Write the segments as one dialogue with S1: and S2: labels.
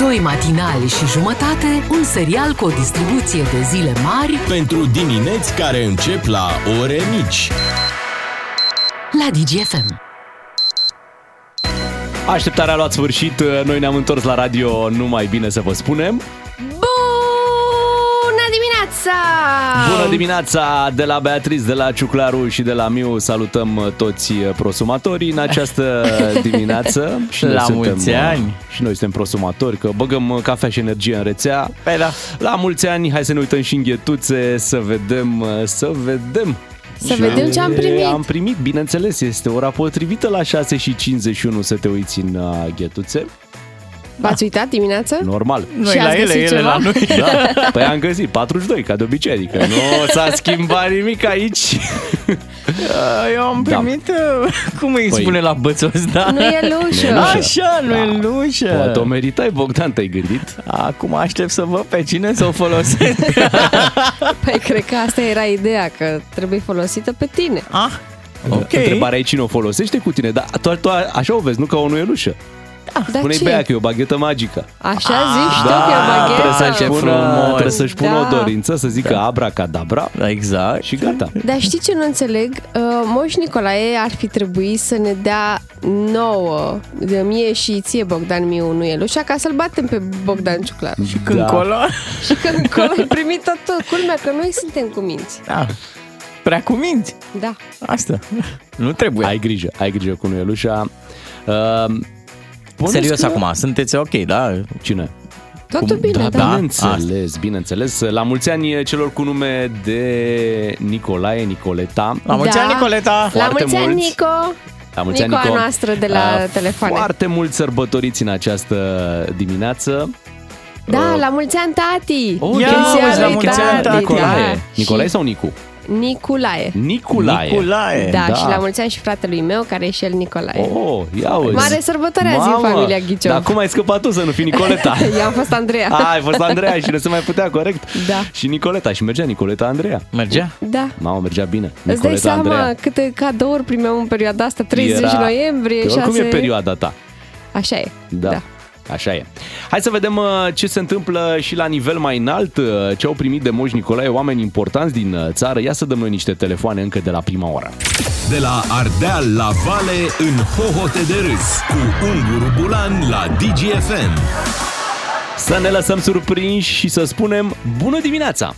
S1: Doi matinali și jumătate, un serial cu o distribuție de zile mari
S2: pentru dimineți care încep la ore mici.
S1: la DGFM.
S3: Așteptarea a luat sfârșit, noi ne-am întors la radio, nu mai bine să vă spunem.
S4: Bună dimineața!
S3: Bună dimineața de la Beatriz, de la Ciuclaru și de la Miu, salutăm toți prosumatorii în această dimineață. Și noi uh,
S5: La mulți ani!
S3: Și noi suntem prosumatori, că băgăm cafea și energie în rețea.
S5: Păi da.
S3: La mulți ani, hai să ne uităm și în ghetuțe, să vedem, uh, să vedem.
S4: Să vedem ce am primit.
S3: Am primit, bineînțeles, este ora potrivită la 6 și 51 să te uiți în uh, ghetuțe.
S4: V-ați uitat dimineața?
S3: Normal.
S5: Noi
S4: Și ați
S5: la ele,
S4: găsit
S5: ele
S4: ceva?
S5: la noi.
S3: Da, păi am găsit 42, ca de obicei, adică nu s-a schimbat nimic aici.
S5: Eu am
S3: Da.
S5: primit, uh, cum îi
S3: Păi-
S5: spune la bățos, da?
S4: Nu e lușu.
S5: Așa, nu e lușă.
S3: Poate o meritai, Bogdan, te-ai gândit?
S5: uh, Acum aștept să văd pe cine să o folosesc.
S4: Păi cred că asta era ideea, că trebuie folosită pe tine.
S5: ah, ok.
S3: Întrebarea e cine o folosește cu tine, dar tu, tu așa o vezi, nu ca o nuielușă.
S4: Dar
S3: Pune-i
S4: ce?
S3: pe ea că e o baghetă magică.
S4: Așa zici tu
S5: da,
S4: că e
S3: Trebuie
S5: Ah,
S3: să-și
S5: ce
S4: baghetă.
S3: pună,
S5: frumos.
S3: trebuie să-și pună
S4: Da.
S3: o dorință, să zică abracadabra
S5: Da, exact.
S3: și gata.
S4: Dar știi ce nu înțeleg? Uh, Moș Nicolae ar fi trebuit să ne dea nouă, de mie și ție, Bogdan Miu, nu el, ca să-l batem pe Bogdan Ciuclar.
S5: Și când
S3: Da.
S5: da. colo,
S4: și că încolo ai primit tot, culmea că noi suntem cu minți.
S5: da. Prea cu minți.
S4: Da.
S5: Asta. Nu trebuie.
S3: Ai grijă, ai grijă cu nuielușa. Uh, puneți
S5: Serios
S3: că-
S5: acum, sunteți ok, da?
S3: Cine?
S4: Totul
S5: Cum-
S4: bine, da.
S5: da.
S3: Bineînțeles, bineînțeles. La mulți ani celor cu nume de Nicolae, Nicoleta.
S5: La mulți
S4: Da.
S5: ani, Nicoleta!
S4: La
S3: Foarte
S4: mulți ani,
S3: mulți.
S4: Nico!
S3: La mulți ani,
S4: Nicoa
S3: Nico.
S4: noastră de la
S3: Ah,
S4: telefoane.
S3: Foarte mulți sărbătoriți în această dimineață.
S4: Da, la mulți ani, tati!
S3: Oh,
S5: Ia
S3: mulți
S5: uzi,
S3: ani,
S5: la mulți ani, tati!
S3: Nicolae.
S4: Da.
S3: Nicolae
S4: Și-
S3: sau Nicu?
S4: Niculae.
S3: Nicolae.
S5: Nicolae.
S4: Da,
S3: da.
S4: și la mulți ani și fratelui meu, care e și el Nicolae.
S3: Oh, ia uzi.
S4: Mare sărbătoare azi în
S3: Mamă,
S4: familia Ghiciu.
S3: Dar cum ai scăpat tu să nu fii Nicoleta?
S4: Eu am fost Andreea.
S3: Ah, ai fost Andreea și nu se mai putea, corect?
S4: Da.
S3: Și Nicoleta, și mergea Nicoleta Andreea.
S5: Mergea?
S4: Da.
S3: Mamă, mergea bine.
S4: Îți dai
S3: Nicoleta
S4: seama
S3: Andreea.
S4: câte cadouri primeam în perioada asta, 30
S3: Era-
S4: noiembrie,
S3: Că
S4: 6...
S3: Oricum e perioada ta.
S4: Așa e,
S3: Da. da. Așa e. Hai să vedem uh, ce se întâmplă și la nivel mai înalt, uh, ce au primit de Moș Nicolae oameni importanți din uh, țară. Ia să dăm noi niște telefoane încă de la prima oră.
S2: De la Ardeal la Vale în hohote de râs cu Unguru Bulan la DGFM.
S3: Să ne lăsăm surprinși și să spunem bună dimineața!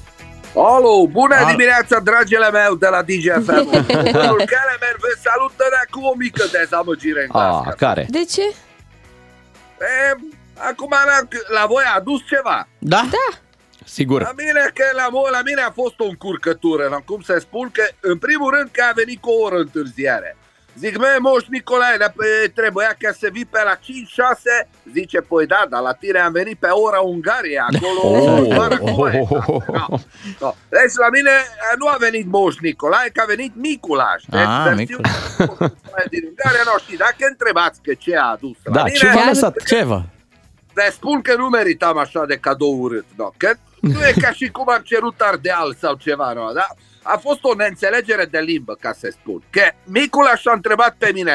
S6: Alo, bună Al... dimineața, dragele meu de la DJFM. Bunul care merg, vă salută de cu o mică dezamăgire în
S3: A,
S6: cască.
S3: care?
S4: De ce?
S6: E, Acum la, la voi a adus ceva.
S5: Da? da.
S6: La
S3: Sigur.
S6: mine, că la, voi, la mine a fost o încurcătură, la cum să spun, că în primul rând că a venit cu o oră întârziare. Zic, mă, moș Nicolae, dar pe, trebuia ca să vii pe la 5-6, zice, păi da, dar la tine am venit pe ora Ungariei, acolo,
S7: Oh.
S6: doar acum e." Da. Da. Deci la mine nu a venit Moș Nicolae, că a venit Miculaș. Deci,
S5: Ah,
S4: Exact,
S6: versiunea din Ungaria nu știu. Dacă întrebați că ce a adus la
S3: Da,
S6: mine,
S3: ce v-a
S4: Chiar-
S3: lăsat?
S5: Ceva.
S6: le spun că nu meritam așa de cadou urât. No? Că nu e ca și cum am cerut ardeal sau ceva. No? Da? A fost o neînțelegere de limbă, ca să spun. Că Miculaș a întrebat pe mine,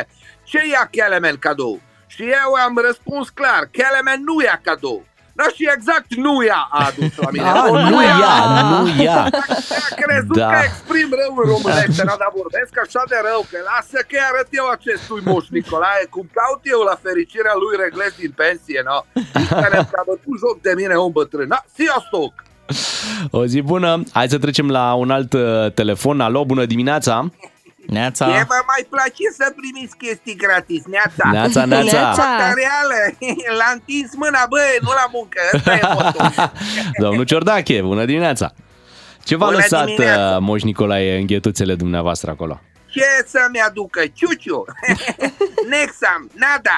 S6: ce ia Kelemen cadou? Și eu am răspuns clar, Kelemen nu ia cadou. Da, și exact nu ea a adus la mine.
S3: A,
S6: O
S3: Ah, nu ia, nu ia.
S6: a crezut
S3: Da.
S6: da. că exprim rău în românește, da, dar vorbesc așa de rău, că lasă că îi arăt eu acestui moș Nicolae, cum caut eu la fericirea lui regles din pensie, no? Care s-a bătut joc de mine, om bătrân. Na, sziasztok!
S3: O zi bună. Hai să trecem la un alt uh, telefon. Alo, bună dimineața!
S5: Neața.
S6: E, vă mai place să primiți chestii gratis, neața.
S3: Neața, neața!
S4: Neața.
S6: Materiale, l-a întins mâna, băi, nu la muncă, ăsta e motorul.
S3: Domnul Ciordache, bună dimineața! Ce v-a
S6: Bună
S3: lăsat
S6: dimineața.
S3: uh, Moș Nicolae în ghetuțele dumneavoastră acolo?
S6: Ce să-mi aducă? Ciuciu! Nexam, nada!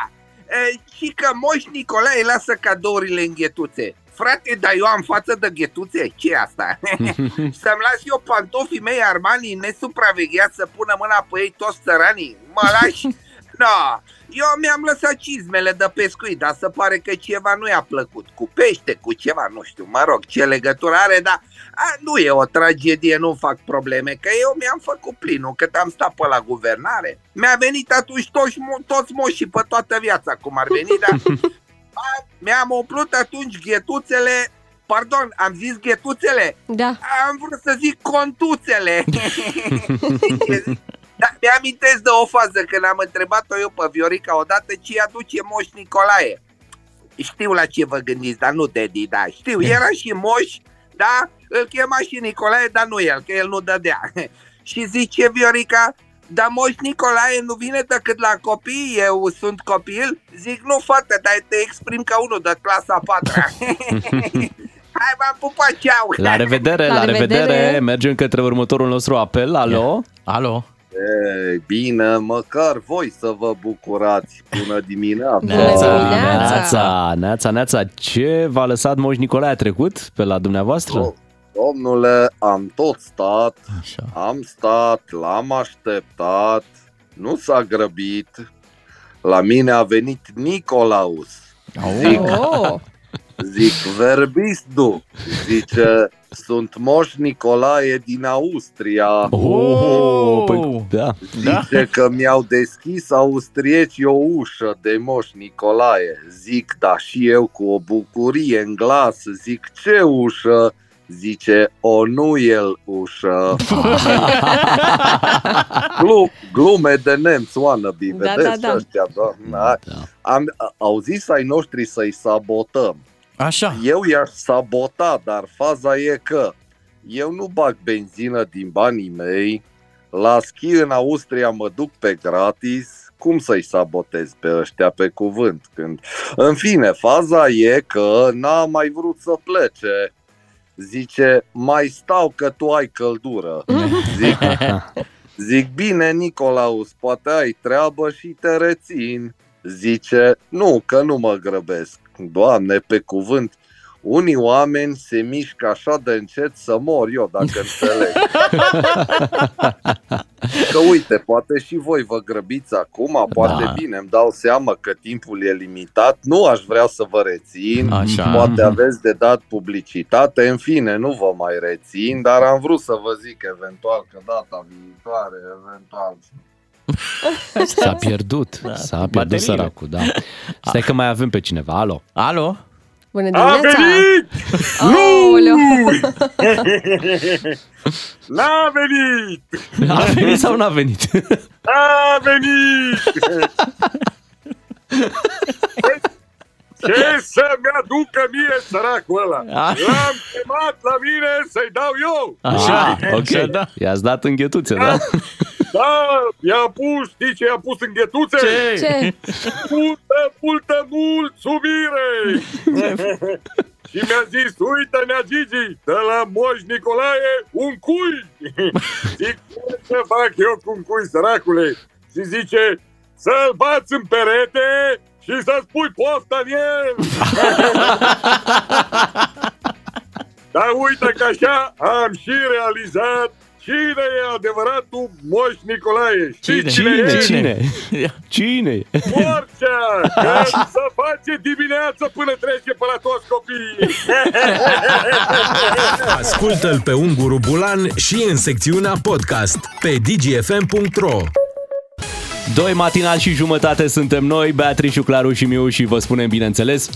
S6: E, și că Moș Nicolae lasă cadourile în ghetuțe. Frate, dar eu am față de ghetuțe? ce asta? Să-mi las eu pantofii mei Armani nesupravegheați să pună mâna pe ei toți țăranii? Mă lași? No, eu mi-am lăsat cizmele de pescuit, dar se pare că ceva nu i-a plăcut. Cu pește, cu ceva, nu știu, mă rog, ce legătură are, dar a, nu e o tragedie, nu fac probleme, că eu mi-am făcut plinul cât am stat pe la guvernare. Mi-a venit atunci toți, mo- toți moșii pe toată viața, cum ar veni, dar A, mi-am umplut atunci ghetuțele, pardon, am zis ghetuțele,
S4: Da.
S6: am vrut să zic contuțele. da, mi-amintesc de o fază când am întrebat-o eu pe Viorica odată ce aduce Moș Nicolae. Știu la ce vă gândiți, dar nu Dedi, da, știu. Era și Moș, da, îl chema și Nicolae, dar nu el, că el nu dădea. și zice Viorica, dar Moș Nicolae nu vine decât la copii, eu sunt copil? Zic, nu fată, dar te exprim ca unul de clasa a patra. Hai, m-am pupat, ceau!
S3: La revedere, la,
S4: La
S3: revedere.
S4: revedere.
S3: Mergem către următorul nostru apel. Alo?
S5: Alo?
S8: Ei, bine, măcar voi să vă bucurați Bună dimineața!
S4: Bună dimineața!
S3: Neața, neața, neața. Ce v-a lăsat Moș Nicolae trecut pe la dumneavoastră?
S6: Oh.
S8: Do- Domnule, am tot stat,
S5: Așa.
S8: am stat, l-am așteptat, nu s-a grăbit. La mine a venit Nicolaus. Zic,
S4: Oh,
S8: zic verbis du. Zice, sunt moș Nicolae din Austria.
S3: Oh, păi, da.
S5: Da?
S8: Zice că mi-au deschis austrieci o ușă de moș Nicolae. Zic, da și eu cu o bucurie în glas, zic, ce ușă? Zice, o nu el ușă. Glu- glume de nemți, wannabe,
S4: Da,
S8: vedeți
S4: da, da.
S8: ăștia, doamna.
S3: da.
S8: Am, au zis ai noștri să-i sabotăm.
S5: Așa.
S8: Eu i-aș sabota, dar faza e că eu nu bag benzină din banii mei, la schi în Austria mă duc pe gratis, cum să-i sabotez pe ăștia pe cuvânt? Când... În fine, faza e că n-a mai vrut să plece. Zice, mai stau că tu ai căldură. Zic, zic bine, Nicolaus, poate ai treabă și te rețin. Zice, nu, că nu mă grăbesc. Doamne, pe cuvânt, unii oameni se mișcă așa de încet să mor eu, dacă înțeleg. Că uite, poate și voi vă grăbiți acum, poate
S5: Da.
S8: da. bine, îmi dau seama că timpul e limitat, nu aș vrea să vă rețin,
S5: Așa.
S8: poate aveți de dat publicitate, în fine, nu vă mai rețin, dar am vrut să vă zic eventual că data viitoare, eventual,
S3: S-a pierdut.
S5: Da,
S3: S-a pierdut
S5: bateriile.
S3: săracul, da. Stai că mai avem pe cineva. Alo?
S5: Alo?
S4: bună
S6: A
S4: dimineața!
S6: venit!
S4: Aoleu!
S6: N-a venit!
S3: A venit sau n-a venit?
S6: A venit! Ce să-mi aducă mie săracul ăla?
S5: A,
S6: L-am chemat la mine să-i dau eu!
S5: Așa. Așa,
S3: Ah, ok.
S5: da.
S3: I-ați dat în ghetuțe, da?
S6: Da, i-a pus, știi ce i-a pus în ghetuțe?
S4: Ce?
S6: Multă, multă mulțumire! Și mi-a zis, uite nea Gigi, de la Moș Nicolae, un cui! Zic, ce fac eu cu un cui, săracule? Și zice, să-l bați în perete și să-ți pui pofta în el! Dar uite că așa am și realizat cine e adevăratul Moș Nicolae. Știi cine, cine e?
S3: Cine? Cine?
S6: Morcea! Că să face dimineață până trece pe la toți copiii!
S2: Ascultă-l pe Unguru Bulan și în secțiunea podcast pe dgfm.ro
S3: Doi matinal și jumătate suntem noi, Beatrice, Claru și Miu și vă spunem, bineînțeles,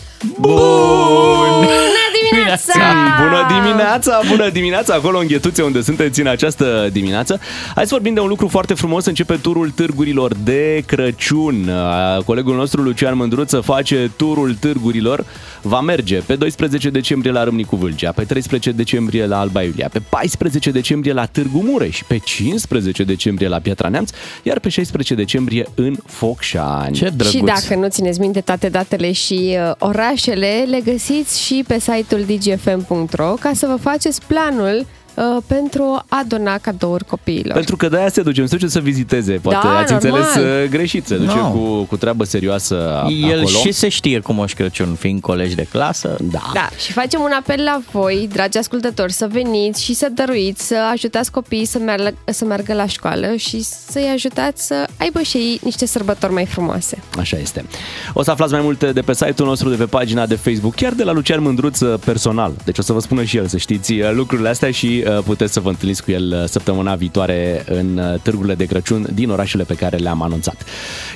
S4: Bună dimineața!
S3: Bună dimineața, bună dimineața, acolo în Ghetuțe unde sunteți în această dimineață. Hai să vorbim de un lucru foarte frumos, începe turul târgurilor de Crăciun. Uh, Colegul nostru Lucian Mândruță face turul târgurilor. Va merge pe 12 decembrie la Râmnicu Vâlcea, pe 13 decembrie la Alba Iulia, pe 14 decembrie la Târgu Mureș, pe 15 decembrie la Piatra Neamț, iar pe 16 decembrie în Focșani.
S5: Ce drăguț.
S4: Și dacă nu țineți minte toate datele și uh, orașele, le găsiți și pe site-ul dgfm.ro ca să vă faceți planul uh, pentru a dona cadouri copiilor.
S3: Pentru că de-aia se ducem, se duce să viziteze. Poate
S4: Da,
S3: ați
S4: normal.
S3: înțeles uh, greșit, se duce
S5: No.
S3: cu, cu treabă serioasă
S5: El
S3: acolo.
S5: și se știe cu Moș Crăciun, fiind colegi de clasă.
S3: Da.
S4: Da, și facem un apel la voi, dragi ascultători, să veniți și să dăruiți, să ajutați copiii să meargă, să meargă la școală și să-i ajutați să aibă și ei niște sărbători mai frumoase.
S3: Așa este. O să aflați mai multe de pe site-ul nostru, de pe pagina de Facebook, chiar de la Lucian Mândruț uh, personal. Deci o să vă spună și el, să știți uh, lucrurile astea și uh, puteți să vă întâlniți cu el uh, săptămâna viitoare în uh, târgurile de Crăciun din orașele pe care le-am anunțat.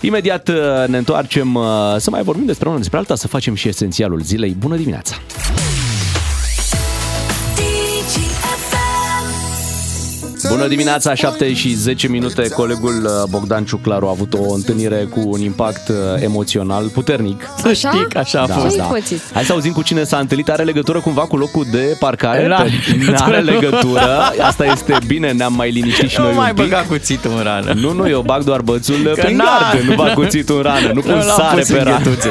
S3: Imediat uh, ne întoarcem uh, să mai vorbim despre una, despre alta, să facem și esențialul zilei. Bună dimineața! Bună dimineața, 7 și 10 minute. Colegul uh, Bogdan Ciuclaru a avut o întâlnire cu un impact uh, emoțional puternic.
S5: Să
S4: Așa?
S5: știi că așa a
S4: Da.
S5: fost.
S4: Ce-ai pățit?
S3: Hai să auzim cu cine s-a întâlnit. Are legătură cumva cu locul de parcare?
S5: Era
S3: Pe- Are legătură. Asta este bine, ne-am mai liniștit și
S5: Da. Nu
S3: noi
S5: mai
S3: un pic.
S5: băga cuțitul în rană.
S3: Nu, nu, eu bag doar bățul
S5: Că
S3: prin
S5: n-a-
S3: gard, nu bag cuțitul în rană, nu pun
S5: l-am
S3: sare
S5: pus
S3: pe
S5: în
S3: rană.
S5: ghetuțe.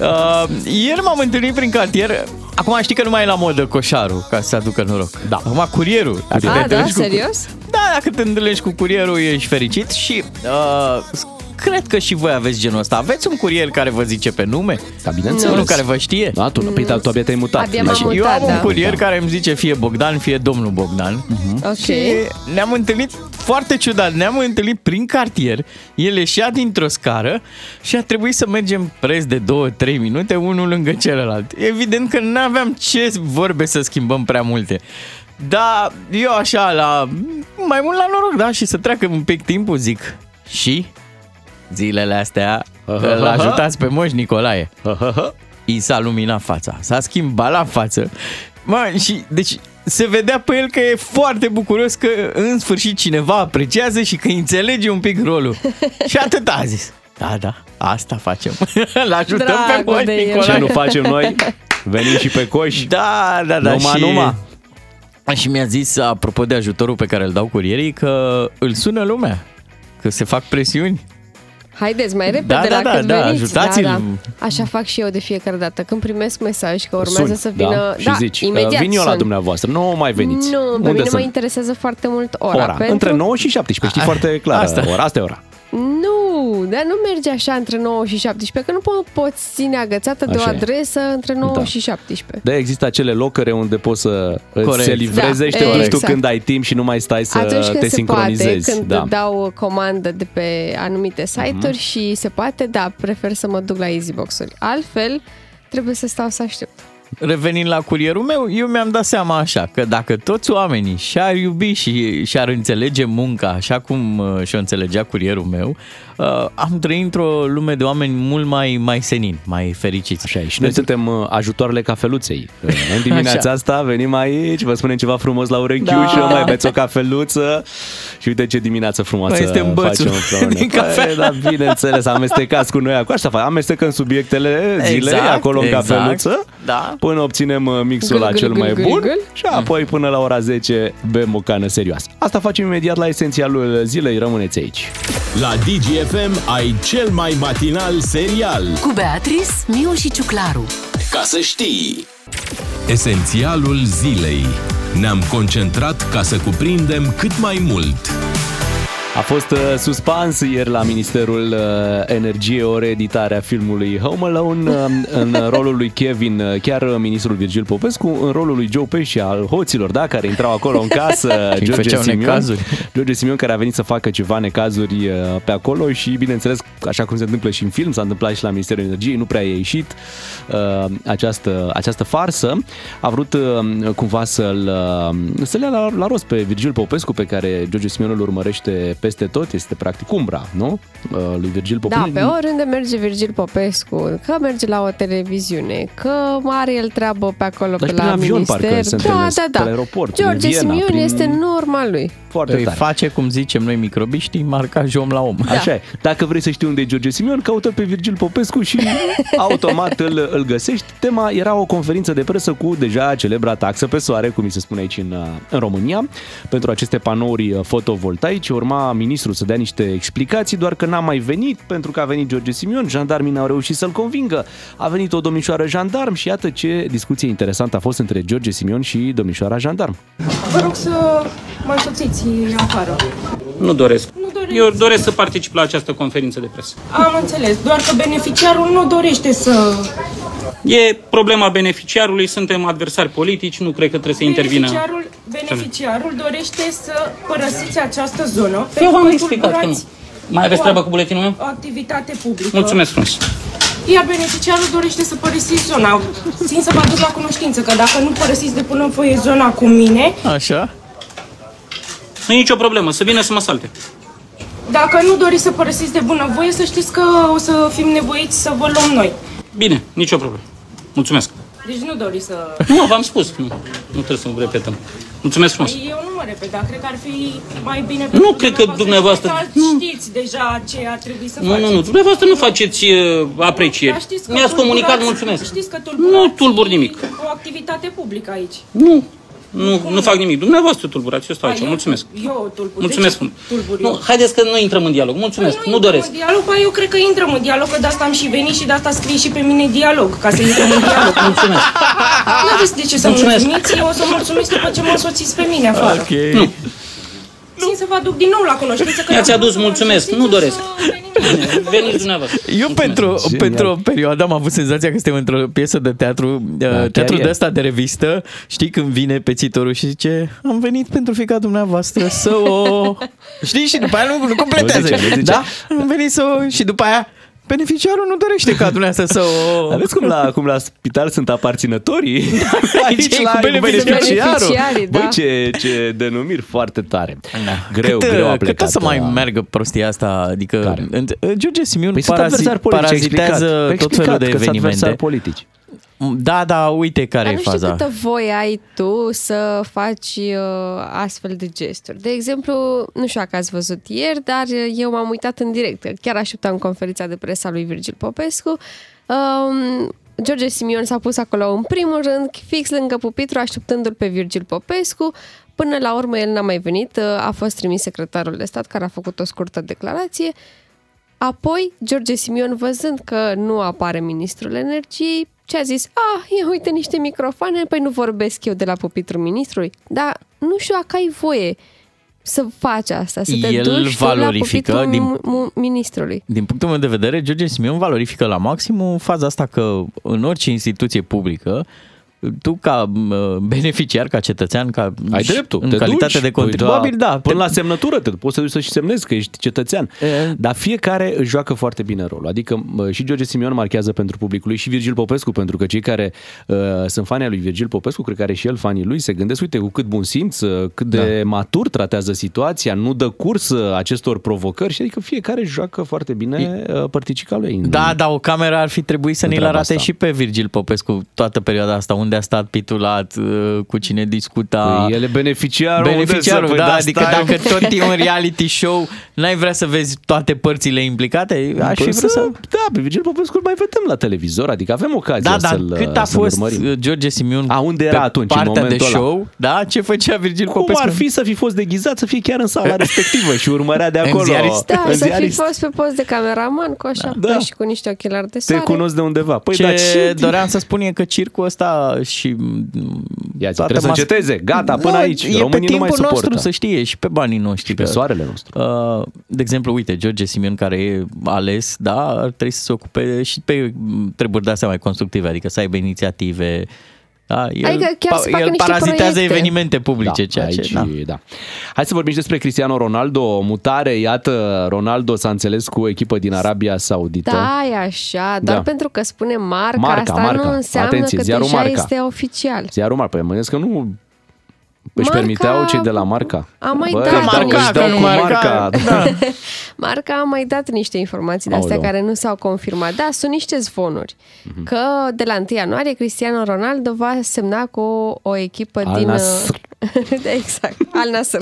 S5: Uh, ieri m-am întâlnit prin cartier. Acum știi că nu mai e la modă coșarul ca să se aducă noroc. Da. Acum curierul. Dacă te
S3: Ah,
S4: A, da?
S5: întâlnești cu-
S4: Serios?
S5: Da, dacă te întâlnești cu curierul ești fericit și uh, cred că și voi aveți genul ăsta. Aveți un curier care vă zice pe nume?
S3: Da, bineînțeles.
S5: Unul care vă știe?
S3: Da, tu, păi, da, tu abia te-ai mutat.
S4: Abia m-am
S3: Și-
S4: mutat.
S5: Eu am un
S4: da.
S5: curier care îmi zice fie Bogdan, fie domnul Bogdan.
S4: Ok.
S5: Și ne-am întâlnit foarte ciudat, ne-am întâlnit prin cartier, el ieșea dintr-o scară și a trebuit să mergem preț de 2-3 minute unul lângă celălalt. Evident că nu aveam ce vorbe să schimbăm prea multe. Dar eu așa, la mai mult la noroc, da, și să treacă un pic timpul, zic. Și zilele astea îl ajutați pe moș Nicolae i s-a luminat fața, s-a schimbat la față. Mă, și, deci, se vedea pe el că e foarte bucuros că în sfârșit cineva apreciază și că înțelege un pic rolul. și atât a zis. Da, da, asta facem. L-ajutăm pe
S4: Dragul
S5: Moș
S4: de el.
S3: Ce
S5: Nicolae.
S3: nu facem noi? Venim și pe coș.
S5: Da, da, da.
S3: Numa,
S5: și...
S3: numa.
S5: Și mi-a zis, apropo de ajutorul pe care îl dau curierii, că îl sună lumea. Că se fac presiuni.
S4: Haideți mai repede
S5: Da, da,
S4: la
S5: da,
S4: când
S5: da,
S4: veniți. da.
S5: ajutați-l.
S4: Așa fac și eu de fiecare dată. Când primesc mesaj că urmează
S3: Suni,
S4: să vină...
S3: Da? Și zici,
S4: imediat
S3: vin eu la
S4: sun.
S3: dumneavoastră, nu mai veniți.
S4: Nu, pe
S3: Unde
S4: mine mă
S3: sunt?
S4: interesează foarte mult ora.
S3: Ora.
S4: Pentru...
S3: Între 9 și 17, știi foarte clar.
S5: Asta.
S3: Ora, asta e ora.
S4: Nu, dar nu merge așa între 9 și 17, că nu mă poți ține agățată de
S3: Așa
S4: o
S3: e.
S4: adresă între 9
S3: Da.
S4: și 17.
S3: de există acele locări unde poți să îți
S5: Corect.
S3: se livreze
S4: Da,
S3: și te duci
S4: exact.
S3: tu când ai timp și nu mai stai să
S4: Atunci când
S3: te
S4: se poate,
S3: sincronizezi.
S4: când
S3: da. Mhm.
S4: dau comandă de pe anumite site-uri și se poate, da, prefer să mă duc la Easybox-uri. Altfel, trebuie să stau să aștept.
S5: Revenind la curierul meu, eu mi-am dat seama așa, că dacă toți oamenii și-ar iubi și și-ar înțelege munca așa cum uh, și-o înțelegea curierul meu, uh, am trăit într-o lume de oameni mult mai, mai senini, mai fericiți.
S3: Așa e. Și noi suntem uh, ajutoarele cafeluței. Uh, În dimineața
S5: Așa.
S3: asta venim aici, vă spunem ceva frumos la urechiu
S5: Da.
S3: și mai beți o cafeluță și uite ce dimineață frumoasă
S5: Mai este în Păi, bățul
S3: facem împreună.
S5: din cafea.
S3: Păi, Da, bineînțeles, amestecați cu noi acolo. Așa fac, amestecăm subiectele zilei
S5: Exact,
S3: acolo în
S5: exact.
S3: cafeluță
S5: Da.
S3: până obținem uh, mixul
S4: Gâl,
S3: la
S4: gâl,
S3: cel
S4: gâl,
S3: mai
S4: gâl,
S3: bun
S4: gâl.
S3: și apoi până la ora 10 bem o cană serioasă. Asta facem imediat la esențialul zilei. Rămâneți aici.
S2: La DGFM ai cel mai matinal serial.
S1: Cu Beatrice, Miu și Ciuclaru.
S2: Ca să știi! Esențialul zilei. Ne-am concentrat ca să cuprindem cât mai mult.
S3: A fost uh, suspans ieri la Ministerul uh, Energiei o reeditare a filmului Home Alone uh, în rolul lui Kevin, uh, chiar uh, ministrul Virgil Popescu, în rolul lui Joe Pesci al hoților, da, care intrau acolo în casă,
S5: Și
S3: George
S5: făceau
S3: Simion,
S5: necazuri.
S3: George Simion care a venit să facă ceva necazuri uh, pe acolo și bineînțeles, așa cum se întâmplă și în film, s-a întâmplat și la Ministerul Energiei, nu prea i-a ieșit uh, această, această farsă. A vrut uh, cumva să-l, uh, să-l ia la, la rost pe Virgil Popescu, pe care George Simion îl urmărește peste tot, este practic umbra, nu? Uh, lui Virgil
S4: Da,
S3: Popescu.
S4: pe oriunde merge Virgil Popescu, că merge la o televiziune, că are el treabă pe acolo,
S3: Dar
S4: pe
S3: și prin
S4: la
S3: avion, parcă,
S4: minister.
S3: se
S4: da,
S3: întâlnesc,
S4: da, da.
S3: pe la aeroport,
S4: George
S3: în Viena,
S4: Simion
S3: prin-
S4: este în urma lui.
S3: Foarte
S5: Îi
S3: tare. Da.
S5: face, cum zicem noi microbiștii, marcaj om la om.
S3: Așa e. Dacă vrei să știi unde e George Simion, caută pe Virgil Popescu și automat îl, îl găsești. Tema era o conferință de presă cu deja celebra taxă pe soare, cum mi se spune aici în, uh, în România, pentru aceste panouri uh, fotovoltaice. Urma ministrul să dea niște explicații, doar că n-a mai venit, pentru că a venit George Simion, jandarmii n-au reușit să-l convingă. A venit o domnișoară jandarm și iată ce discuție interesantă a fost între George Simion și domnișoara jandarm.
S9: Vă rog să mă însoțiți afară.
S10: Nu doresc.
S9: Nu doresc.
S10: Eu doresc să particip la această conferință de presă.
S9: Am înțeles, doar că beneficiarul nu dorește să...
S10: E problema beneficiarului, suntem adversari politici, nu cred că trebuie să intervină.
S9: Beneficiarul, beneficiarul dorește să părăsiți această zonă. pentru
S10: Eu
S9: că
S10: v-am explicat că nu.
S9: tulburați
S10: Mai aveți
S9: o-
S10: treabă cu buletinul meu?
S9: O activitate publică.
S10: Mulțumesc frumos.
S9: Iar beneficiarul dorește să părăsiți zona. Țin să vă aduc la cunoștință că dacă nu părăsiți de până în foie zona cu mine,
S5: Așa?
S10: Nu e nicio problemă, să vină să mă salte.
S9: Dacă nu doriți să părăsiți de bunăvoie, să știți că o să fim nevoiți să vă luăm noi.
S10: Bine, nicio problemă. Mulțumesc.
S9: Deci nu doriți să...
S10: Nu, mă, v-am spus. Nu, nu trebuie să repetăm. Mulțumesc frumos.
S9: Păi, Eu nu mă repet, dar cred că ar fi mai bine...
S10: Nu
S9: pentru
S10: cred că dumneavoastră-
S9: că
S10: nu.
S9: Știți deja ce ar trebui să
S10: Nu,
S9: faceți.
S10: nu, nu. Dumneavoastră nu faceți uh,
S9: Dar
S10: aprecieri.
S9: știți că
S10: Mi-ați comunicat,
S9: tulburați-
S10: mulțumesc.
S9: Știți că
S10: Nu
S9: tulburați
S10: tulbur nimic.
S9: O activitate publică aici.
S10: Nu. Nu, nu fac nimic. Dumneavoastră tulburați, eu stau aici.
S9: Păi, eu-
S10: Mulțumesc.
S9: Eu tulbur.
S10: Mulțumesc
S9: De
S10: mult.
S9: ce tulbur eu?
S10: Nu, haideți că nu intrăm în dialog. Mulțumesc.
S9: Păi
S10: Nu doresc.
S9: În dialog, păi eu cred că intrăm în dialog, că de asta am și venit și de asta scrie și pe mine dialog, ca să intrăm în dialog.
S10: Mulțumesc.
S9: Nu aveți de ce să
S10: Mulțumesc.
S9: mulțumiți, eu o să mulțumesc după ce mă însoțiți pe mine afară. Okay.
S5: Ok.
S9: Țin să vă aduc din nou la cunoștință. că
S10: Mi-ați
S9: dacă
S10: adus,
S9: mă
S10: mulțumesc,
S9: însoțiți,
S10: nu doresc.
S9: o să venim la-
S10: Veniți dumneavoastră.
S5: Eu pentru,
S3: Genial.
S5: pentru o perioadă am avut senzația că suntem într-o piesă de teatru, da, teatru
S3: e.
S5: de ăsta de revistă. Știi când vine pețitorul și zice am venit pentru fica dumneavoastră să o... Știi? Și după aia nu, nu completează.
S3: Nu zice, nu zice.
S5: Da? Am venit să o... Și după aia beneficiarul nu dorește ca dumneavoastră să o...
S3: Aveți cum la, cum la spital sunt aparținătorii?
S5: Aici e cu beneficiarul.
S4: Beneficiarii, da.
S3: Băi, ce, ce denumiri foarte tare. Greu,
S5: Da. cât,
S3: greu a
S5: cât o
S3: plecat.
S5: să mai
S3: ăla.
S5: meargă prostia asta? Adică
S3: Care?
S5: în- George Simion
S3: Păi sunt adversari
S5: parazi,
S3: politici, ai explicat.
S5: parazitează
S3: Ai
S5: tot felul
S3: explicat
S5: de
S3: că sunt
S5: evenimente.
S3: adversari politici.
S5: Da, da, uite care
S4: Dar
S5: e
S4: nu știu
S5: faza.
S4: câtă voie ai tu să faci uh, astfel de gesturi. De exemplu, nu știu dacă ați văzut ieri, dar uh, eu m-am uitat în direct. că Chiar așteptam conferința de presă a lui Virgil Popescu. Um, George Simion s-a pus acolo în primul rând, fix lângă pupitru, așteptându-l pe Virgil Popescu. Până la urmă el n-a mai venit, uh, a fost trimis secretarul de stat care a făcut o scurtă declarație. Apoi, George Simion, văzând că nu apare ministrul energiei, ce a zis? Ah, ia uite niște microfoane, păi nu vorbesc eu de la pupitru ministrului. Dar nu știu dacă ai voie să faci asta, să te
S5: El
S4: duci tu
S5: valorifică
S4: la
S5: din-
S4: pupitru din... ministrului.
S5: Din punctul meu de vedere, George Simion valorifică la maximum faza asta că în orice instituție publică, tu ca mă, beneficiar, ca cetățean, ca
S3: Ai dreptul,
S5: în
S3: te
S5: calitate
S3: duci,
S5: de contribuabil,
S3: păi
S5: da,
S3: Până
S5: te-
S3: la semnătură te poți să duci să-și semnezi că ești cetățean.
S5: E.
S3: Dar fiecare își joacă foarte bine rolul. Adică mă, și George Simion marchează pentru publicul lui și Virgil Popescu, pentru că cei care uh, sunt fani ai lui Virgil Popescu, cred că are și el fanii lui, se gândesc, uite, cu cât bun simț, uh, cât
S5: Da.
S3: de matur tratează situația, nu dă curs uh, acestor provocări și adică fiecare își joacă foarte bine uh, părticica lui. în-
S5: Da, da, o cameră ar fi trebuit să
S3: În
S5: ne-l
S3: treaba
S5: arate
S3: asta.
S5: și pe Virgil Popescu toată perioada asta, unde a stat pitulat, uh, cu cine discuta.
S3: Păi el e beneficiarul.
S5: Beneficiarul,
S3: unde să-
S5: da,
S3: păi
S5: adică
S3: stai,
S5: dacă tot e un reality show, n-ai vrea să vezi toate părțile implicate? Aș
S3: Păi
S5: fi vrut să...
S3: Da, pe Virgil Popescu îl mai vedem la televizor, adică avem ocazia
S5: Da, dar
S3: să-l
S5: cât a
S3: să-l
S5: fost
S3: urmărim.
S5: uh, George Simion
S3: A, unde
S5: pe
S3: era atunci, în
S5: partea de
S3: momentul ăla?
S5: show, da? Ce făcea Virgil
S3: Cum
S5: Popescu?
S3: ar fi să fi fost deghizat, să fie chiar în sala respectivă și urmărea de
S5: În
S3: acolo.
S5: ziarist.
S4: Da,
S3: În
S4: să fi
S3: ziarist.
S4: fost pe post de cameraman cu așa
S3: Da.
S4: da. și cu niște ochelari de
S3: Te
S4: soare.
S3: cunosc de undeva. Păi,
S5: Ce
S3: dar ce...
S5: doream să spun e că circul ăsta și mm,
S3: Ia zi,
S5: toată
S3: trebuie să
S5: mas-
S3: înceteze. Gata, până
S5: nu,
S3: aici.
S5: E pe
S3: Românii nu mai
S5: timpul nostru,
S3: suportă.
S5: să știe, și pe banii noștri.
S3: Pe
S5: că-
S3: soarele nostru.
S5: Uh, de exemplu, uite, George Simion care e ales, da, ar trebui să se ocupe și pe mm, treburi de astea mai constructive, adică să aibă inițiative. Da, el,
S4: Adică chiar să facă
S5: el
S4: niște
S5: parazitează
S4: proiecte.
S5: evenimente publice, ceea
S3: aici,
S5: ce... Da.
S3: da. Hai să vorbim și despre Cristiano Ronaldo, o mutare. Iată, Ronaldo s-a înțeles cu o echipă din Arabia Saudită.
S4: Da, e așa, doar
S3: Da.
S4: da. pentru că spune marca,
S3: Marca,
S4: asta
S3: marca.
S4: nu înseamnă
S3: Atenție,
S4: că
S3: ziarul
S4: deja
S3: Marca.
S4: este oficial.
S3: Ziarul Marca. Păi mă gândesc că nu își
S4: Marca-
S3: permiteau cei de la Marca.
S4: A mai da,
S3: Bă,
S4: dat
S3: își dau,
S4: Marca,
S3: își dau
S4: că
S3: cu
S4: nu Marca.
S3: Marca. Da.
S4: Marca a mai dat niște informații de astea
S3: Aoleu. Mhm.
S4: care nu s-au confirmat. Da, sunt niște zvonuri că de la 1 ianuarie Cristiano Ronaldo va semna cu o echipă
S3: Al
S4: din...
S3: Nassr.
S4: Da, exact, al Nasr.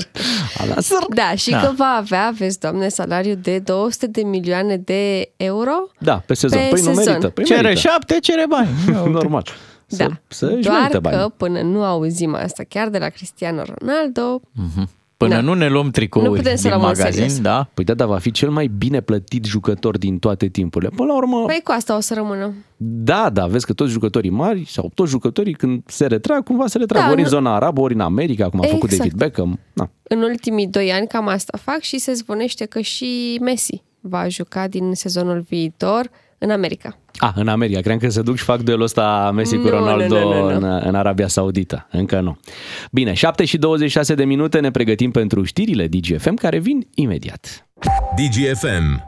S3: Al Nassr.
S4: Da, și
S5: Da.
S4: că va avea, vezi, doamne, salariu de 200 de milioane de euro.
S3: da, pe sezon.
S4: Pe
S3: păi nu
S4: sezon.
S3: merită. Păi
S5: Cere
S3: merită.
S5: șapte, cere bani.
S3: Normal. Să,
S4: Da.
S3: Să își
S4: Doar
S3: merită
S4: că
S3: bani.
S4: până nu auzim asta chiar de la Cristiano Ronaldo,
S5: Mhm. Până
S4: Da.
S5: nu ne luăm tricouri
S4: Nu putem să
S5: din
S4: luăm în serios.
S5: magazin, da?
S3: Păi da, dar va fi cel mai bine plătit jucător din toate timpurile. Până la urmă,
S4: păi cu asta o să rămână.
S3: da, da, vezi că toți jucătorii mari sau toți jucătorii când se retrag, cumva se retrag.
S4: Da,
S3: ori în
S4: nu-
S3: zona arabă, ori în America, cum a făcut
S4: Exact.
S3: David Beckham. Na.
S4: În ultimii doi ani cam asta fac și se zvonește că și Messi va juca din sezonul viitor în America.
S3: A, Ah, în America. Cream că se duc și fac duelul ăsta Messi cu
S4: Nu, nu,
S3: Ronaldo
S4: nu, nu, nu.
S3: În, în Arabia Saudită. Încă nu. Bine, 7 și 26 de minute ne pregătim pentru știrile DGFM care vin imediat.
S2: DGFM.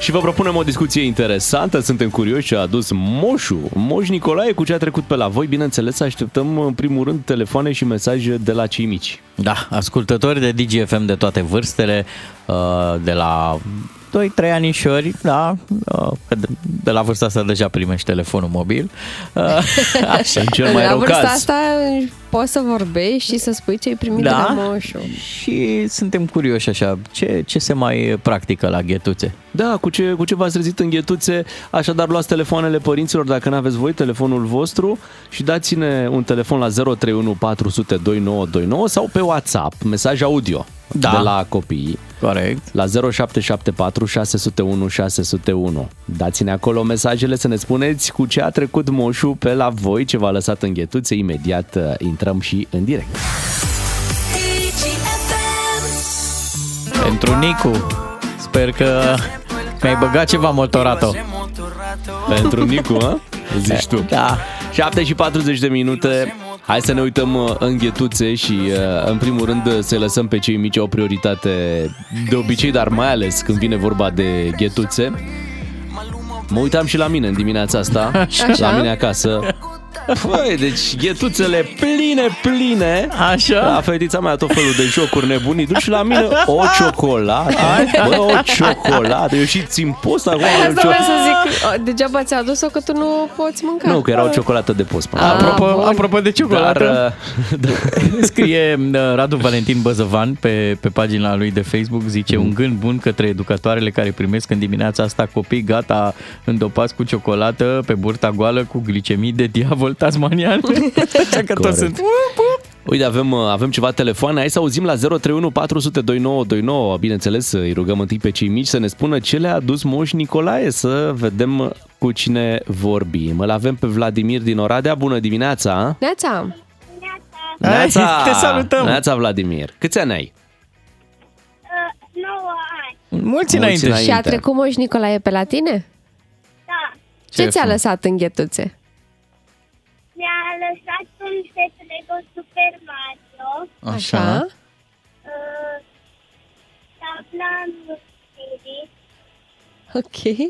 S3: și vă propunem o discuție interesantă. Suntem curioși ce a adus Moșu, Moș Nicolae, cu ce a trecut pe la voi. Bineînțeles, așteptăm în primul rând telefoane și mesaje de la cei mici.
S5: Da, ascultători de DGFM de toate vârstele, uh, de la 2-3 anișori, da, uh, că de- de la vârsta asta deja primești telefonul mobil.
S3: Ah,
S5: Uh, Așa.
S3: Cel mai
S4: la
S3: rău
S4: vârsta
S3: caz.
S4: asta poți să vorbești și să spui ce ai primit
S5: Da?
S4: de la moșu.
S5: Și suntem curioși așa, ce, ce se mai practică la ghetuțe?
S3: Da, cu ce, cu ce v-ați trezit în ghetuțe, așadar luați telefoanele părinților dacă nu aveți voi telefonul vostru și dați-ne un telefon la 031 400 2929 sau pe WhatsApp, mesaj audio
S5: Da.
S3: de la copii
S5: Corect.
S3: la 0774 601 601. Dați-ne acolo mesajele să ne spuneți cu ce a trecut moșul pe la voi, ce v-a lăsat în ghetuțe. Imediat uh, intrăm și în direct.
S5: Pentru Nicu, sper că mi-ai băgat ceva motorato.
S3: Pentru Nicu, a? Zici tu.
S5: Da.
S3: 7 și 40 de minute. Hai să ne uităm uh, în ghetuțe și uh, în primul rând uh, să lăsăm pe cei mici o prioritate de obicei, dar mai ales când vine vorba de ghetuțe. Mă uitam și la mine în dimineața asta, la mine acasă. Păi, deci ghetuțele pline, pline.
S5: Așa?
S3: La fetița mea tot felul de jocuri nebunii. Duci la mine o ciocolată, bă, o ciocolată. Eu și țin post acum. o
S4: Asta
S3: cio-
S4: vreau să zic, o, degeaba ți-a adus-o că tu nu o poți mânca.
S3: Nu, că era o ciocolată de post. până la urmă.
S5: Apropo,
S4: bun.
S5: apropo de ciocolată, Ah, Dar,
S3: Dar, uh, da.
S5: Scrie uh, Radu Valentin Băzăvan pe, pe pagina lui de Facebook, zice un gând bun către educatoarele care primesc în dimineața asta copii gata îndopați cu ciocolată pe burta goală cu glicemii de diavol tasmanian. Așa că
S3: Corect.
S5: toți sunt...
S3: Uite, avem, uh, avem ceva telefoane. Hai să auzim la 031 400 2929. Bineînțeles, îi rugăm întâi pe cei mici să ne spună ce le-a adus Moș Nicolae, să vedem cu cine vorbim. Îl avem pe Vladimir din Oradea. Bună dimineața!
S4: Neața,
S5: Hai, te salutăm!
S3: Neața, Vladimir! Câți ani ai?
S5: Mulți înainte!
S3: înainte.
S4: și a trecut moș Nicolae pe la tine? Ce,
S5: Ce
S4: ți-a
S5: frumos.
S4: lăsat în ghetuțe?
S11: Mi-a lăsat un set Lego Super Mario,
S5: Așa.
S11: uh, tabla musirii,
S4: Ok.
S11: uh,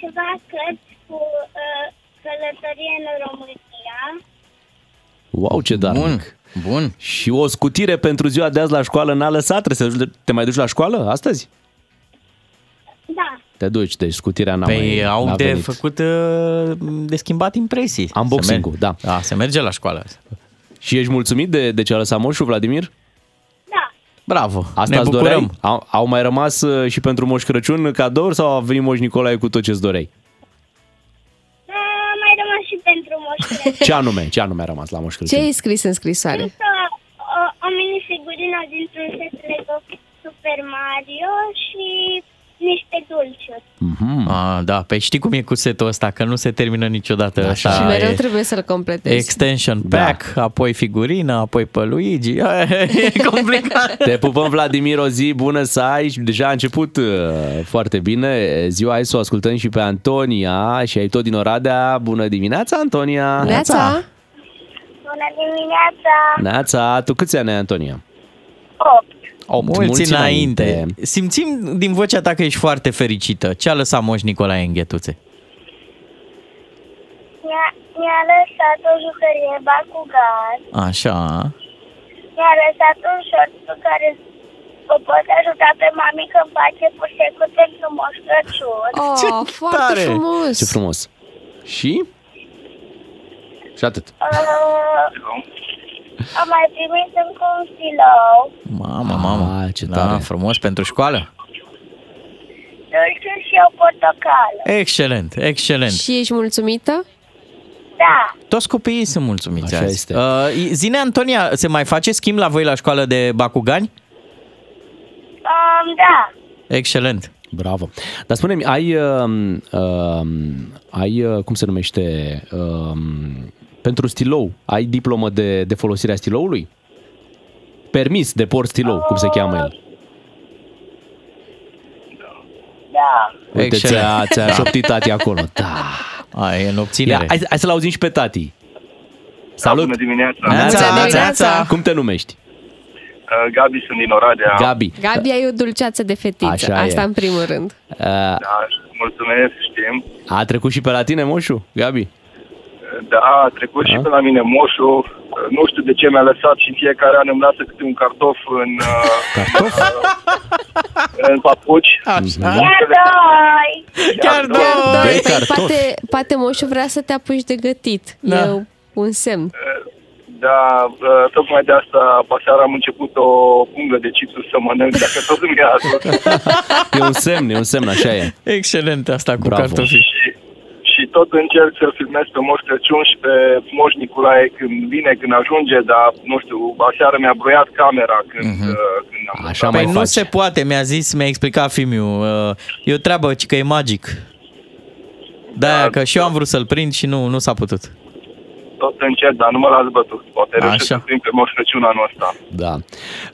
S11: ceva cărți cu uh, călătorie în România.
S3: Wow, ce dar!
S5: Bun, bun.
S3: Și o scutire pentru ziua de azi la școală n-a lăsat? Trebuie să te mai duci la școală astăzi?
S11: Da,
S3: Te duci, deci scutirea n-a mai
S5: Păi au
S3: n-a
S5: de
S3: venit.
S5: făcut, uh, de schimbat impresii.
S3: Unboxing-ul,
S5: Se merge-
S3: da.
S5: da. Se merge la școală.
S3: Și ești mulțumit de, de ce a lăsat moșul, Vladimir?
S11: da.
S5: Bravo,
S3: Asta
S5: ne
S3: îți
S5: bucurăm.
S3: doreai? Au, au mai rămas uh, și pentru Moș Crăciun cadouri sau a venit Moș Nicolae cu tot ce-ți doreai?
S11: Uh, mai rămas și pentru moșule.
S3: Ce anume? Ce anume a rămas la Moș
S4: Ce
S3: Crăciun?
S4: ai scris în scrisoare?
S11: Însă o, o minifigurină dintr-un set Lego Super Mario și niște dulciuri.
S5: Ah, da, pe știi cum e cu setul ăsta, că nu se termină niciodată. Așa,
S4: și mereu
S5: e
S4: trebuie să-l completezi.
S5: Extension
S3: Da.
S5: pack, apoi figurină, apoi pe Luigi. E complicat.
S3: Te pupăm, Vladimir, o zi bună să ai. Și Deja a început uh, foarte bine ziua. Hai să o ascultăm și pe Antonia și ai tot din Oradea. Bună dimineața, Antonia!
S4: Neața,
S11: Bună dimineața!
S3: Neața! Tu câți ani ai, Antonia?
S11: 8.
S3: Opt.
S5: Mulți, Mulți înainte. înainte. Simțim din vocea ta că ești foarte fericită. Ce a lăsat Moș Nicolae în ghetuțe?
S11: Mi-a, mi-a lăsat o jucărie Bakugan.
S5: Așa.
S11: Mi-a lăsat un șort pe care o pot ajuta pe mami când face pursecut pentru Moș Crăciun.
S4: Oh,
S5: Ce
S4: foarte
S5: tare!
S4: frumos!
S3: Ce frumos! Și? Și atât.
S11: Uh, am mai primit încă un filou,
S5: Mamă, mamă.
S3: Ah, ce
S5: Da,
S3: tare.
S5: frumos pentru școală.
S11: dulciuri și o portocală.
S5: Excelent, excelent.
S4: Și ești mulțumită?
S11: Da,
S5: Toți copiii sunt mulțumiți
S3: Așa
S5: azi.
S3: este.
S5: Uh, zine, Antonia, se mai face schimb la voi la școală de bacugani?
S11: um, da.
S5: Excelent.
S3: Bravo. Dar spune-mi, ai, um, um, ai uh, cum se numește, um, pentru stilou, ai diplomă de, de folosire a stiloului? Permis de port stilou, cum se cheamă el.
S11: Da.
S3: Uite,
S5: Excelent.
S3: ți-a, ți-a șoptit tati acolo. Da.
S5: A, e în
S3: Ia,
S5: obținere.
S3: hai, hai să-l auzim și pe tati. Salut!
S12: dimineața!
S5: Neața,
S4: Bună
S5: neața,
S4: dimineața!
S5: neața.
S3: Cum te numești?
S12: Uh, Gabi, sunt din Oradea.
S5: Da.
S3: Gabi.
S4: Gabi, ai o dulceață de fetiță.
S3: Așa
S4: Asta
S3: e.
S4: în primul rând.
S3: Uh,
S12: Da, mulțumesc, știm.
S3: a trecut și pe la tine, moșu, Gabi?
S12: Da, a trecut și pe la mine moșul. Uh, Nu știu de ce mi-a lăsat și în fiecare an îmi lasă câte un cartof în... uh, uh, în papuci.
S11: Chiar doi!
S12: Chiar
S4: Chiar doi. Păi poate, poate moșul vrea să te apuci de gătit. Da. E un semn.
S12: Da, uh, tocmai de asta, paseară am început o pungă de chipsuri să mănânc, dacă tot îmi ia asta.
S3: E un semn, e un semn, așa e.
S5: Excelent asta cu
S3: Bravo.
S5: cartofii.
S12: și tot încerc să-l filmez pe Moș Crăciun și pe Moș Nicolae când vine, când ajunge, dar nu știu, aseară mi-a bruiat camera când, uh, când am
S3: Mhm. Așa
S5: păi
S3: mai
S5: nu
S3: faci.
S5: se poate, mi-a zis, mi-a explicat Fimiu. Uh, e o treabă, ci că e magic. Da, că și eu am vrut să-l prind și nu, nu s-a putut.
S12: tot încerc, dar nu mă las bătut. Poate
S5: Așa.
S12: reușesc să prind pe Moș Crăciun anul ăsta.
S3: Da.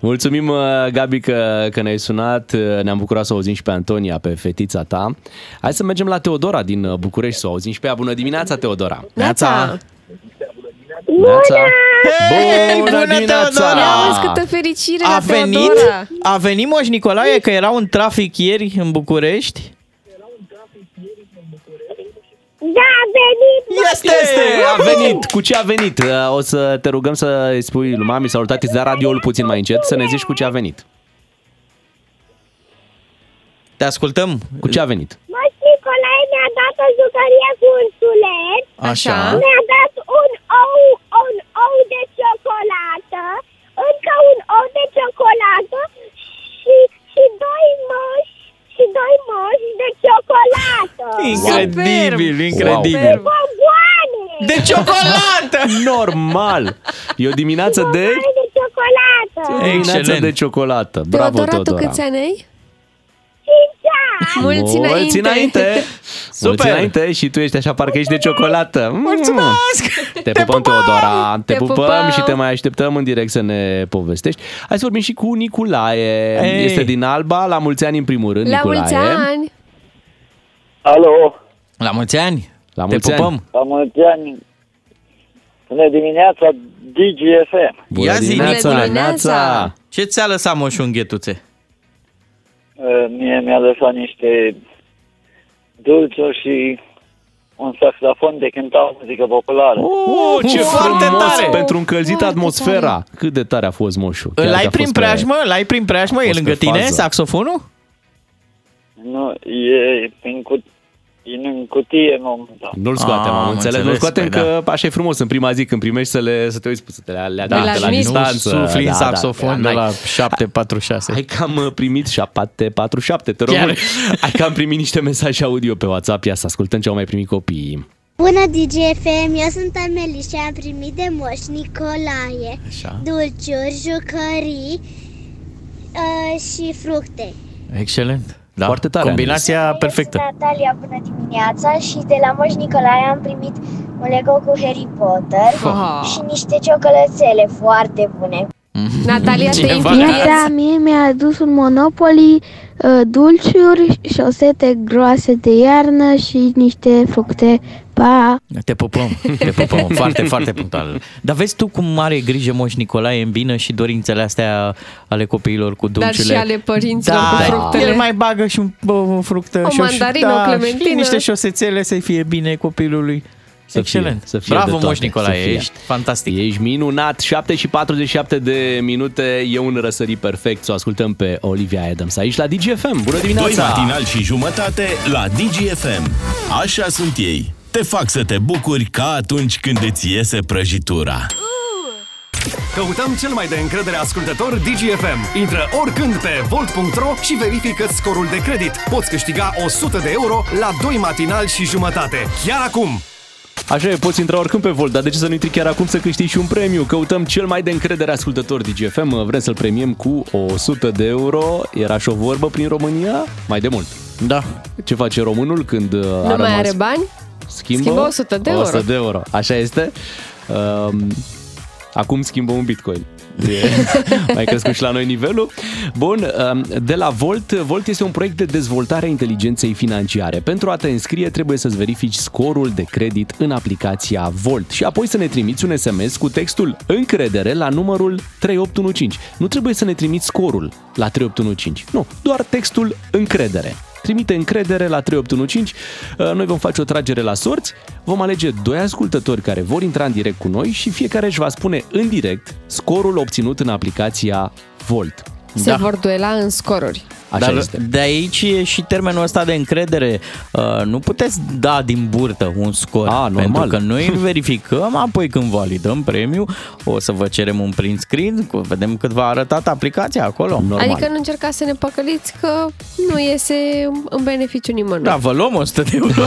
S3: Mulțumim, uh, Gabi, că, că ne-ai sunat. Uh, Ne-am bucurat să o auzim și pe Antonia, pe fetița ta. Hai să mergem la Teodora din uh, București, să o auzim și pe ea. Bună dimineața, Teodora! Neața! Neața! Bună dimineața!
S4: Auzi câtă fericire
S5: A
S4: la
S5: venit,
S4: Teodora.
S5: a venit Moș Nicolae, că era un trafic ieri în București.
S11: Da, a venit!
S5: Este!
S3: Este! A venit! Cu ce a venit? Uh, O să te rugăm să îi spui lui mami sau lui tati, să dea radioul puțin mai încet, să ne zici cu ce a venit.
S5: Te ascultăm?
S3: Cu ce a venit?
S11: Moș Nicolae mi-a dat o jucărie cu ursuleț.
S5: Așa.
S11: Mi-a dat un ou, un ou de ciocolată, încă un ou de ciocolată și, și doi moși, și doi moși de ciocolată.
S5: Incredibil,
S11: Și
S5: incredibil.
S11: bomboane!
S5: De ciocolată!
S3: Normal! E o dimineață de...
S11: Bomboane de ciocolată!
S3: O dimineață
S5: Excelent.
S3: de ciocolată. Bravo,
S4: Teodora, tu
S3: Teodora!
S4: câți ani ai?
S11: Cinci ani!
S4: Mulți
S3: Mulți înainte! Mulți
S5: Super.
S3: înainte și tu ești așa, parcă ești de ciocolată. Mulțumesc! Te pupăm, Teodora! Te,
S4: Te
S3: pupăm,
S4: pupăm!
S3: și te mai așteptăm în direct să ne povestești. Hai să vorbim și cu Nicolae.
S5: Ei!
S3: Este din Alba, la mulți ani în primul rând,
S4: La
S3: Nicolae.
S4: mulți ani!
S12: Alo,
S5: La mulți ani!
S3: La
S5: Te
S3: mulți ani!
S5: pupăm!
S12: la mulți ani. Bună dimineața, DGFM.
S3: Bună
S5: Ia zi,
S3: dimineața!
S4: Bună
S3: dimineața!
S4: dimineața!
S5: Ce ți-a lăsat moșul în ghetuțe?
S12: Mie mi-a lăsat niște dulciuri și un saxofon de cântat muzică populară.
S3: Oh, ce
S5: Foarte
S3: frumos
S5: tare!
S3: pentru încălzit
S4: Foarte
S3: atmosfera. Cât de tare a fost moșul. Chiar
S5: Îl
S3: că
S5: ai
S3: a
S5: prin
S3: fost pe-
S5: preajmă? Îl ai prin preajmă? E
S3: fost
S5: lângă
S3: pe
S5: tine?
S3: fază.
S5: Saxofonul?
S12: Nu, e în, cut- e în cutie în momentul
S3: Nu-l scoatem,
S5: Ah,
S3: am
S5: am
S3: înțeles. Nu-l
S5: înțeles,
S3: scoatem
S5: păi
S3: că așa e frumos în prima zi când primești să, le, să te uiți, să te le, le
S4: Da,
S3: da, de la
S4: nu
S3: distanță.
S5: Nu sufli în
S3: Da, da,
S5: saxofon
S3: da,
S5: de
S3: n-ai.
S5: la 746.
S3: Hai că am uh, primit 747, te rog.
S5: Chiar.
S3: mult. Hai că am primit niște mesaje audio pe WhatsApp. Ia să ascultăm ce au mai primit copiii.
S11: Bună DGFM, eu sunt Amelie și am primit de moș Nicolae
S5: Așa.
S11: dulciuri, jucării uh, și fructe.
S5: Excelent. Da.
S3: Foarte tare,
S5: Combinația perfectă.
S11: Natalia, bună dimineața și de la Moș Nicolae am primit un Lego cu Harry Potter
S4: Ah.
S11: și niște ciocolățele foarte bune.
S4: Natalia, te
S5: Cineva
S4: impliezi?
S11: da, mie mi-a adus un Monopoly, uh, dulciuri, șosete groase de iarnă și niște fructe. Pa!
S5: Te pupăm, te pupăm, foarte, foarte punctual. Dar vezi tu cum are grijă moș Nicolae în vină și dorințele astea ale copiilor cu
S4: Dar
S5: dulciurile.
S4: și ale părinților
S5: da,
S4: cu fructele.
S5: el mai bagă și un, o, o fructă.
S4: O
S5: și
S4: mandarină,
S5: și,
S4: o
S5: da,
S4: clementină.
S5: Și niște șosețele să-i fie bine copilului.
S3: Să fie,
S5: Excelent.
S3: să fie de
S5: Bravo,
S3: toate,
S5: moș Nicolae,
S3: să fie.
S5: ești fantastic.
S3: Ești minunat. 7 și 47 de minute. E un răsărit perfect. Să o ascultăm pe Olivia Adams aici la DGFM. Bună
S2: Doi
S3: dimineața!
S2: matinal și jumătate la DGFM. Așa sunt ei. Te fac să te bucuri ca atunci când îți iese prăjitura.
S13: Căutăm cel mai de încredere ascultător DGFM. Intră oricând pe volt.ro și verifică scorul de credit. Poți câștiga 100 de euro la 2 matinal și jumătate. Chiar acum!
S3: Așa e, poți intra oricând pe Volt, dar de ce să nu intri chiar acum să câștigi și un premiu? Căutăm cel mai de încredere ascultător DGFM, vrem să-l premiem cu 100 de euro. Era și o vorbă prin România? Mai de mult.
S5: Da.
S3: Ce face românul când uh, a
S4: Nu
S3: rămas?
S4: mai are bani?
S3: Schimbă,
S4: Schimbă 100 de euro.
S3: 100 de euro. Așa este. Um, acum schimbă un bitcoin. E- Mai crescut și la noi nivelul. Bun, um, de la Volt. Volt este un proiect de dezvoltare a inteligenței financiare. Pentru a te înscrie, trebuie să-ți verifici scorul de credit în aplicația Volt și apoi să ne trimiți un SMS cu textul încredere la numărul 3815. Nu trebuie să ne trimiți scorul la 3815. Nu, doar textul încredere trimite încredere la 3815. Uh, Noi vom face o tragere la sorți, vom alege doi ascultători care vor intra în direct cu noi și fiecare își va spune în direct scorul obținut în aplicația Volt. Da.
S4: Se vor duela în scoruri.
S3: Așa este.
S5: De aici e și termenul ăsta de încredere. Uh, nu puteți da din burtă un scor. A,
S3: normal.
S5: Pentru că noi îl verificăm, apoi când validăm premiul, o să vă cerem un print screen, cu- vedem cât v-a arătat aplicația acolo. Normal.
S4: Adică nu încercați să ne păcăliți că nu iese în beneficiu nimănui.
S5: Da, vă luăm 100 de euro.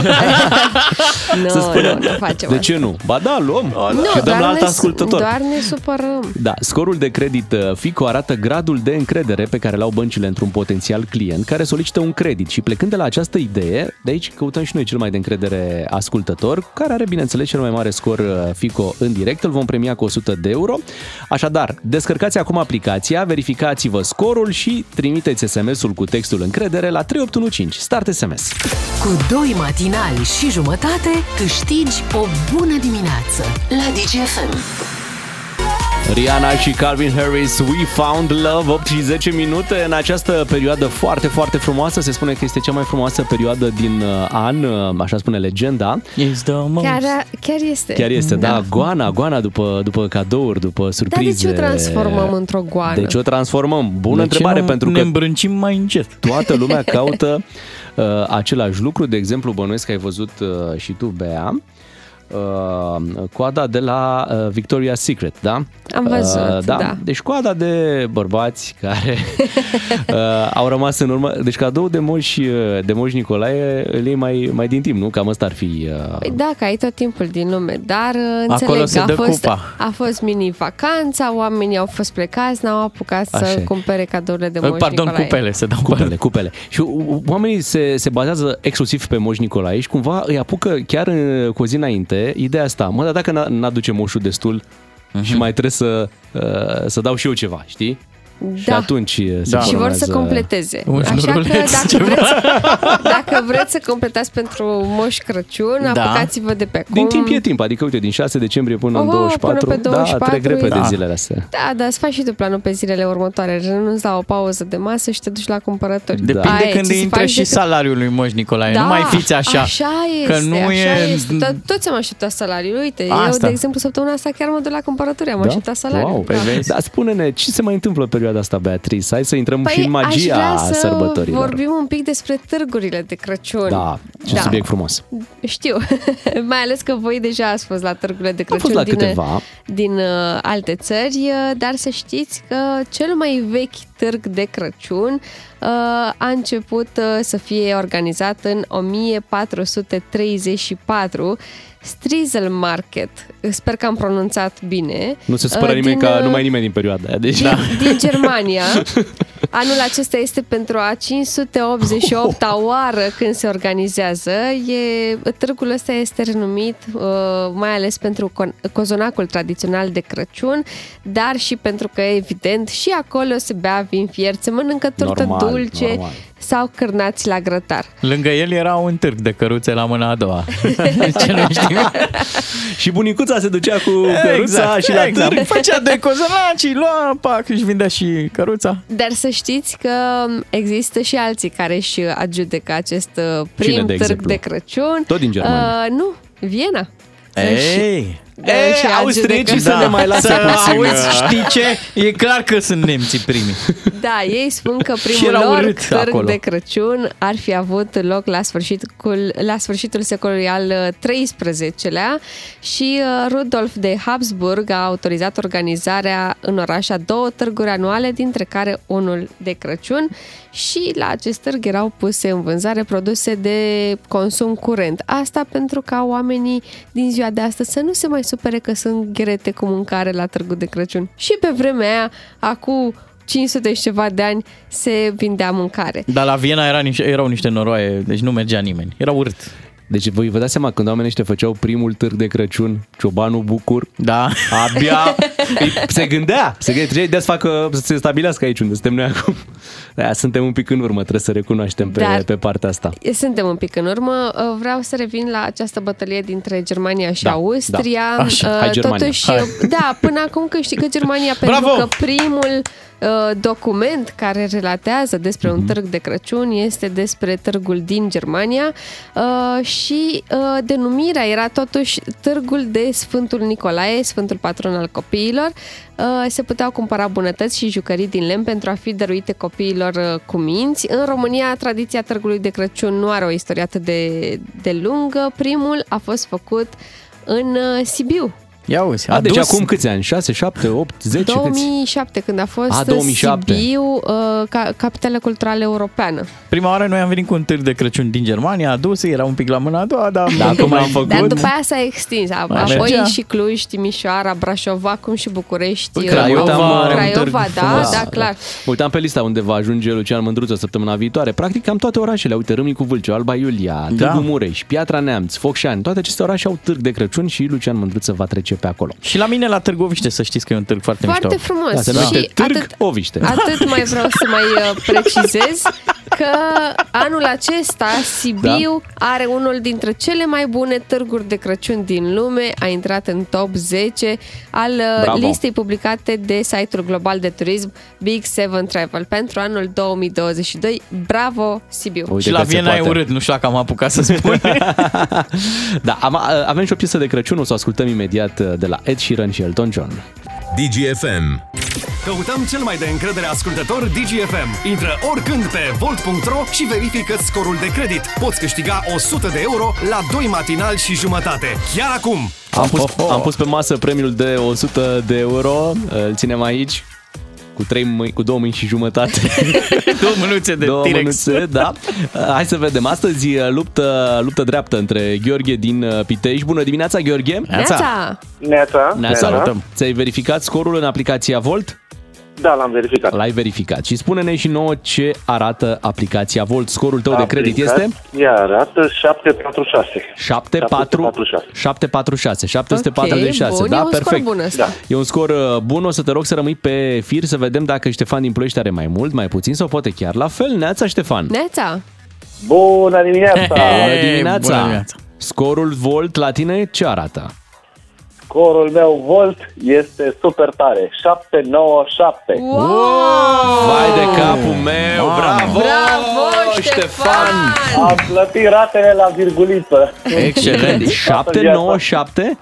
S4: Nu,
S3: Să spunem,
S4: nu, nu facem
S3: de
S4: asta.
S3: ce nu? Ba da, luăm
S4: Nu,
S3: și dăm
S4: doar
S3: la alt
S4: ne,
S3: ascultător.
S4: Doar ne supărăm.
S3: Da, scorul de credit uh, FICO arată gradul de încredere pe care l-au băncile într-un potențial client care solicită un credit și plecând de la această idee, de aici căutăm și noi cel mai de încredere ascultător, care are, bineînțeles, cel mai mare scor uh, FICO în direct, îl vom premia cu 100 de euro. Așadar, descărcați acum aplicația, verificați-vă scorul și trimiteți SMS-ul cu textul încredere la 3815. Start SMS!
S1: Cu doi matinali și jumătate câștigi o bună dimineață la DGFM.
S3: Rihanna și Calvin Harris, We Found Love, 8 și 10 minute în această perioadă foarte, foarte frumoasă. Se spune că este cea mai frumoasă perioadă din uh, an, uh, așa spune legenda.
S4: Chiar, a- chiar este.
S3: Chiar este, da, goana, goana după, după cadouri, după
S4: Dar de ce
S3: surprize.
S4: o transformăm într-o goană?
S3: Deci o transformăm. Bună
S5: De ce
S3: întrebare,
S5: nu
S3: pentru
S5: ne
S3: că
S5: îmbrâncim mai încet.
S3: toată lumea caută uh, același lucru. De exemplu, bănuiesc că ai văzut uh, și tu, Bea, uh, coada de la uh, Victoria's Secret, da?
S4: Am văzut,
S3: da?
S4: da.
S3: Deci coada de bărbați care uh, au rămas în urmă. Deci cadou de moș, uh, de moș Nicolae îl iei mai, mai din timp, nu? Cam ăsta ar fi... Uh,
S4: Păi da, că ai tot timpul din lume, dar uh, înțeleg
S3: Acolo se
S4: că a,
S3: dă
S4: fost,
S3: cupa.
S4: a fost mini-vacanța, oamenii au fost plecați, n-au apucat
S3: Așa
S4: să
S3: e.
S4: cumpere cadourile
S3: Păi,
S4: de moș
S5: Pardon,
S4: Nicolae.
S5: cupele, se dau
S3: cupele, cupele. Și o- o- oamenii se, se bazează exclusiv pe Moș Nicolae și cumva îi apucă chiar în- cu o zi înainte ideea asta. Mă, dar dacă n- n-aduce moșul destul
S5: Mhm.
S3: și mai trebuie să, uh, să dau și eu ceva, știi?
S4: Da.
S3: Și atunci uh, se
S4: Da. Și vor
S3: formează-
S4: să completeze.
S3: Un
S4: Așa că
S3: șnuruleț,
S4: dacă
S3: ceva.
S4: vreți, dacă vreți să completați pentru Moș Crăciun,
S3: Da.
S4: apucați-vă de pe acum.
S3: Din timp e timp, adică uite, din 6 decembrie până în
S4: Oh,
S3: 24,
S4: până pe
S3: da,
S4: 24,
S3: trec repede
S4: da.
S3: zilele astea.
S4: Da, dar îți faci și tu planul pe zilele următoare. Renunți la o pauză de masă și te duci la cumpărături.
S5: Depinde
S4: Aia e,
S5: când
S4: ce
S5: îi
S4: să
S5: intră
S4: faci
S5: și
S4: decât-
S5: salariul lui Moș Nicolae.
S4: Da,
S5: nu mai fiți așa.
S4: Așa este,
S5: că nu
S4: așa
S5: e...
S4: este. To- Toți am așteptat salariul. Uite, eu,
S5: Asta.
S4: de exemplu, săptămâna asta chiar mă duc la cumpărături, am așteptat salariul.
S3: Da? Wow. Păi
S5: Păi
S4: Da.
S3: Dar spune-ne, ce se mai întâmplă în perioada asta, Beatrice? Hai să intrăm și în magia
S4: Păi aș vrea să
S3: sărbătorilor.
S4: vorbim un pic despre târgurile de Crăciun.
S3: Da, ce da. subiect frumos.
S4: Știu, mai ales că voi deja ați fost la târgurile de Crăciun
S3: fost la
S4: din,
S3: câteva.
S4: din uh, alte țări, uh, dar să știți că cel mai vechi târg de Crăciun uh, a început uh, să fie organizat în 1434 Strizel Market. Sper că am pronunțat bine.
S3: Nu se supără
S4: Uh,
S3: nimeni
S4: din,
S3: ca
S4: uh,
S3: nu mai nimeni din perioada aia. Deci,
S4: din, din Germania. Anul acesta este pentru a
S5: Oh.
S4: 588-a oară când se organizează. E, târgul ăsta este renumit uh, mai ales pentru con- cozonacul tradițional de Crăciun, dar și pentru că, evident, și acolo se bea vin fiert, se mănâncă turtă
S5: Normal,
S4: dulce
S5: normal.
S4: sau cârnați la grătar.
S5: Lângă el era un târg de căruțe la mâna a doua.
S3: și bunicuța se ducea cu căruța și la târg.
S5: Exact. Făcea de cozonaci, lua pac și vindea și căruța.
S4: Dar să știți că există și alții care își adjudecă acest uh, prim
S5: de
S4: târg
S5: exemplu?
S4: de Crăciun.
S5: Tot din Germania.
S4: Uh, nu, Viena.
S5: Ei!
S4: Ei, și austriecii Deci, da. să ne mai lase
S5: Da. să
S4: puțin.
S5: Auzi,
S3: uh.
S5: știi ce? E clar că sunt nemții primii.
S4: Da, ei spun că
S5: Și
S4: primul
S5: era
S4: lor
S5: urât
S4: târg
S5: acolo.
S4: de Crăciun ar fi avut loc la, sfârșitul, la sfârșitul secolului al XIII-lea și uh, Rudolf de Habsburg a autorizat organizarea în oraș a două târguri anuale, dintre care unul de Crăciun și la acest târg erau puse în vânzare produse de consum curent. Asta pentru ca oamenii din ziua de astăzi să nu se mai supere că sunt grete cu mâncare la târgul de Crăciun. Și pe vremea aia, acum 500 și ceva de ani se vindea mâncare.
S5: Dar la Viena era niște, erau niște noroaie, deci nu mergea nimeni. Era urât.
S3: Deci voi vă dați seama, când oamenii ăștia făceau primul târg de Crăciun, Ciobanu Bucur,
S5: da.
S3: abia îi- se gândea, se gândea, trebuie să facă, să se stabilească aici unde suntem noi acum. Da, suntem un pic în urmă, trebuie să recunoaștem pe,
S4: Dar-
S3: pe partea asta.
S4: Suntem un pic în urmă. Uh, Vreau să revin la această bătălie dintre Germania și
S3: Da,
S4: Austria.
S3: da. Așa,
S4: Uh,
S3: hai Germania,
S4: Totuși,
S3: hai.
S4: uh, da, până acum câștigă Germania pentru
S5: Bravo!
S4: că primul uh, document care relatează despre un târg de Crăciun este despre târgul din Germania uh, și uh, denumirea era totuși târgul de Sfântul Nicolae, Sfântul patron al copiilor. Uh, Se puteau cumpăra bunătăți și jucării din lemn pentru a fi dăruite copiilor uh, cu minți. În România, tradiția târgului de Crăciun nu are o istorie atât de, de lungă. Primul a fost făcut în uh, Sibiu,
S5: Ia uzi,
S3: A, deci acum câți ani? 6, 7, 8, 10? Câți?
S4: 2007, când a fost
S3: A, 2007.
S4: Sibiu, uh, ca, capitala culturală europeană.
S5: Prima oară noi am venit cu un târg de Crăciun din Germania, adus, era un pic la mâna a doua, dar
S3: Da,
S5: încă
S3: cum
S5: mai-
S3: am făcut?
S4: Dar după aia s-a extins. A,
S5: Mai
S4: apoi
S5: mergea.
S4: și Cluj, Timișoara, Brașov, acum și București.
S3: Păi,
S4: uh,
S3: Craiova, are un târg
S4: Craiova, da,
S3: frumos.
S4: da, clar.
S3: Mă uitam pe lista unde va ajunge Lucian Mândruță săptămâna viitoare. Practic am toate orașele. Uite, Râmnicu Vâlcea, Alba Iulia,
S5: Da.
S3: Târgu Mureș, Piatra Neamț, Focșani. Toate aceste orașe au târg de Crăciun și Lucian Mândruță va trece pe acolo.
S5: Și la mine la Târgoviște să știți că e un târg foarte,
S4: Foarte
S5: mișto.
S4: frumos.
S3: Da, se numește
S4: Și
S3: Târg
S4: atât-
S3: Oviște.
S4: Atât mai vreau să mai uh, precizez că anul acesta Sibiu da. are unul dintre cele mai bune târguri de Crăciun din lume. A intrat în top 10 al uh,
S14: Bravo.
S4: listei publicate de site-ul global de turism Big Seven Travel pentru anul 2022. Bravo Sibiu!
S5: Uite și la Viena e urât, nu știu dacă am apucat să spun.
S3: Da, am, avem și o piesă de Crăciun, o să o ascultăm imediat uh, de la Ed Sheeran și Elton John.
S2: DGFM.
S13: Căutăm cel mai de încredere ascultător DGFM. Intră oricând pe volt.ro și verifică scorul de credit. Poți câștiga 100 de euro la 2 matinal și jumătate. Chiar acum!
S3: Am pus, am pus pe masă premiul de 100 de euro, îl ținem aici cu, trei mâini, cu două mâini și jumătate.
S5: Două mânuțe de
S3: Două
S5: T-Rex.
S3: mânuțe, da. Hai să vedem. Astăzi uh, luptă, luptă dreaptă între Gheorghe din uh, Pitești. Bună dimineața, Gheorghe!
S4: Neața!
S15: Neața.
S3: Ne salutăm! Ți-ai verificat scorul în aplicația Volt?
S15: Da, l-am verificat.
S3: L-ai verificat. Și spune-ne și nouă ce arată aplicația Volt. Scorul tău de credit
S15: Aplicat.
S3: este?
S15: Ea arată 746.
S3: 746. 746, 746,
S4: Ok, bun,
S3: da,
S4: e un scor
S3: perfect.
S4: bun ăsta. Da.
S3: E un scor uh, bun, o să te rog să rămâi pe fir să vedem dacă Ștefan din Ploiești are mai mult, mai puțin sau poate chiar la fel. Neața, Ștefan!
S4: Neața!
S15: Bună dimineața!
S3: Bună dimineața! Scorul Volt la tine ce arată?
S15: Corul meu Volt este super tare. 797. Wow!
S3: Vai de capul meu, bravo!
S15: Bravo, Ștefan! Am plătit ratele la virguliță.
S3: Excelent! 797?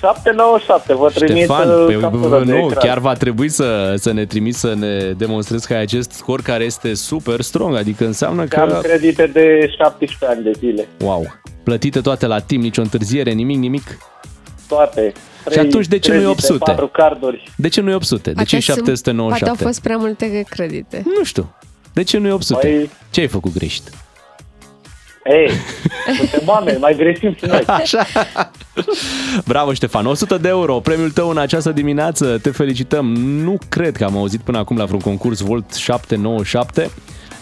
S15: 797, vă trimit
S3: Ștefan,
S15: uh,
S3: pe,
S15: captură de
S3: nu,
S15: ecran.
S3: chiar va trebui să, să ne trimiți să ne demonstrezi că ai acest scor care este super strong, adică înseamnă că...
S15: Am credite de 17 ani de zile.
S3: Wow! Plătite toate la timp, nicio întârziere, nimic, nimic.
S15: Toate.
S3: Și atunci de ce nu e 800?
S15: 4 carduri.
S3: De ce nu e 800? De ce e
S4: Poate sunt- Poate au
S3: 797?
S4: fost prea multe credite.
S3: Nu știu. De ce nu e 800?
S15: Păi-
S3: Ce ai făcut greșit?
S15: Ei, suntem oameni, mai greșim și noi.
S3: Așa. Bravo, Ștefan! 100 de euro, premiul tău în această dimineață. Te felicităm! Nu cred că am auzit până acum la vreun concurs Volt 797.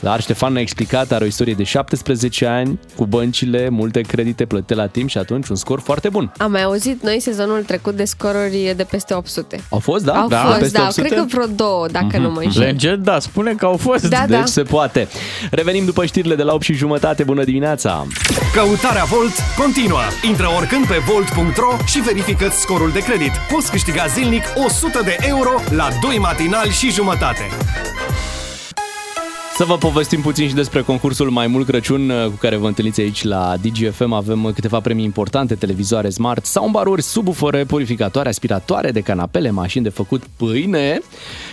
S3: Dar Ștefan ne-a explicat, are o istorie de 17 ani, cu băncile, multe credite plătite la timp și atunci un scor foarte bun.
S4: Am mai auzit noi sezonul trecut de scoruri de peste 800.
S3: Au fost, da?
S4: Au
S3: da,
S4: fost,
S3: peste Mhm.
S4: da,
S3: 800?
S4: cred că vreo două, dacă nu mă înșel.
S5: Legend, da, spune că au fost.
S4: Da,
S3: deci
S4: da.
S3: se poate. Revenim după știrile de la 8 și jumătate. Bună dimineața!
S13: Căutarea Volt continuă. Intră oricând pe volt.ro și verifică scorul de credit. Poți câștiga zilnic 100 de euro la 2 matinal și jumătate.
S3: Să vă povestim puțin și despre concursul Mai mult Crăciun uh, cu care vă întâlniți aici la DGFM. Avem uh, câteva premii importante, televizoare smart, soundbaruri, subufore, purificatoare, aspiratoare de canapele, mașini de făcut pâine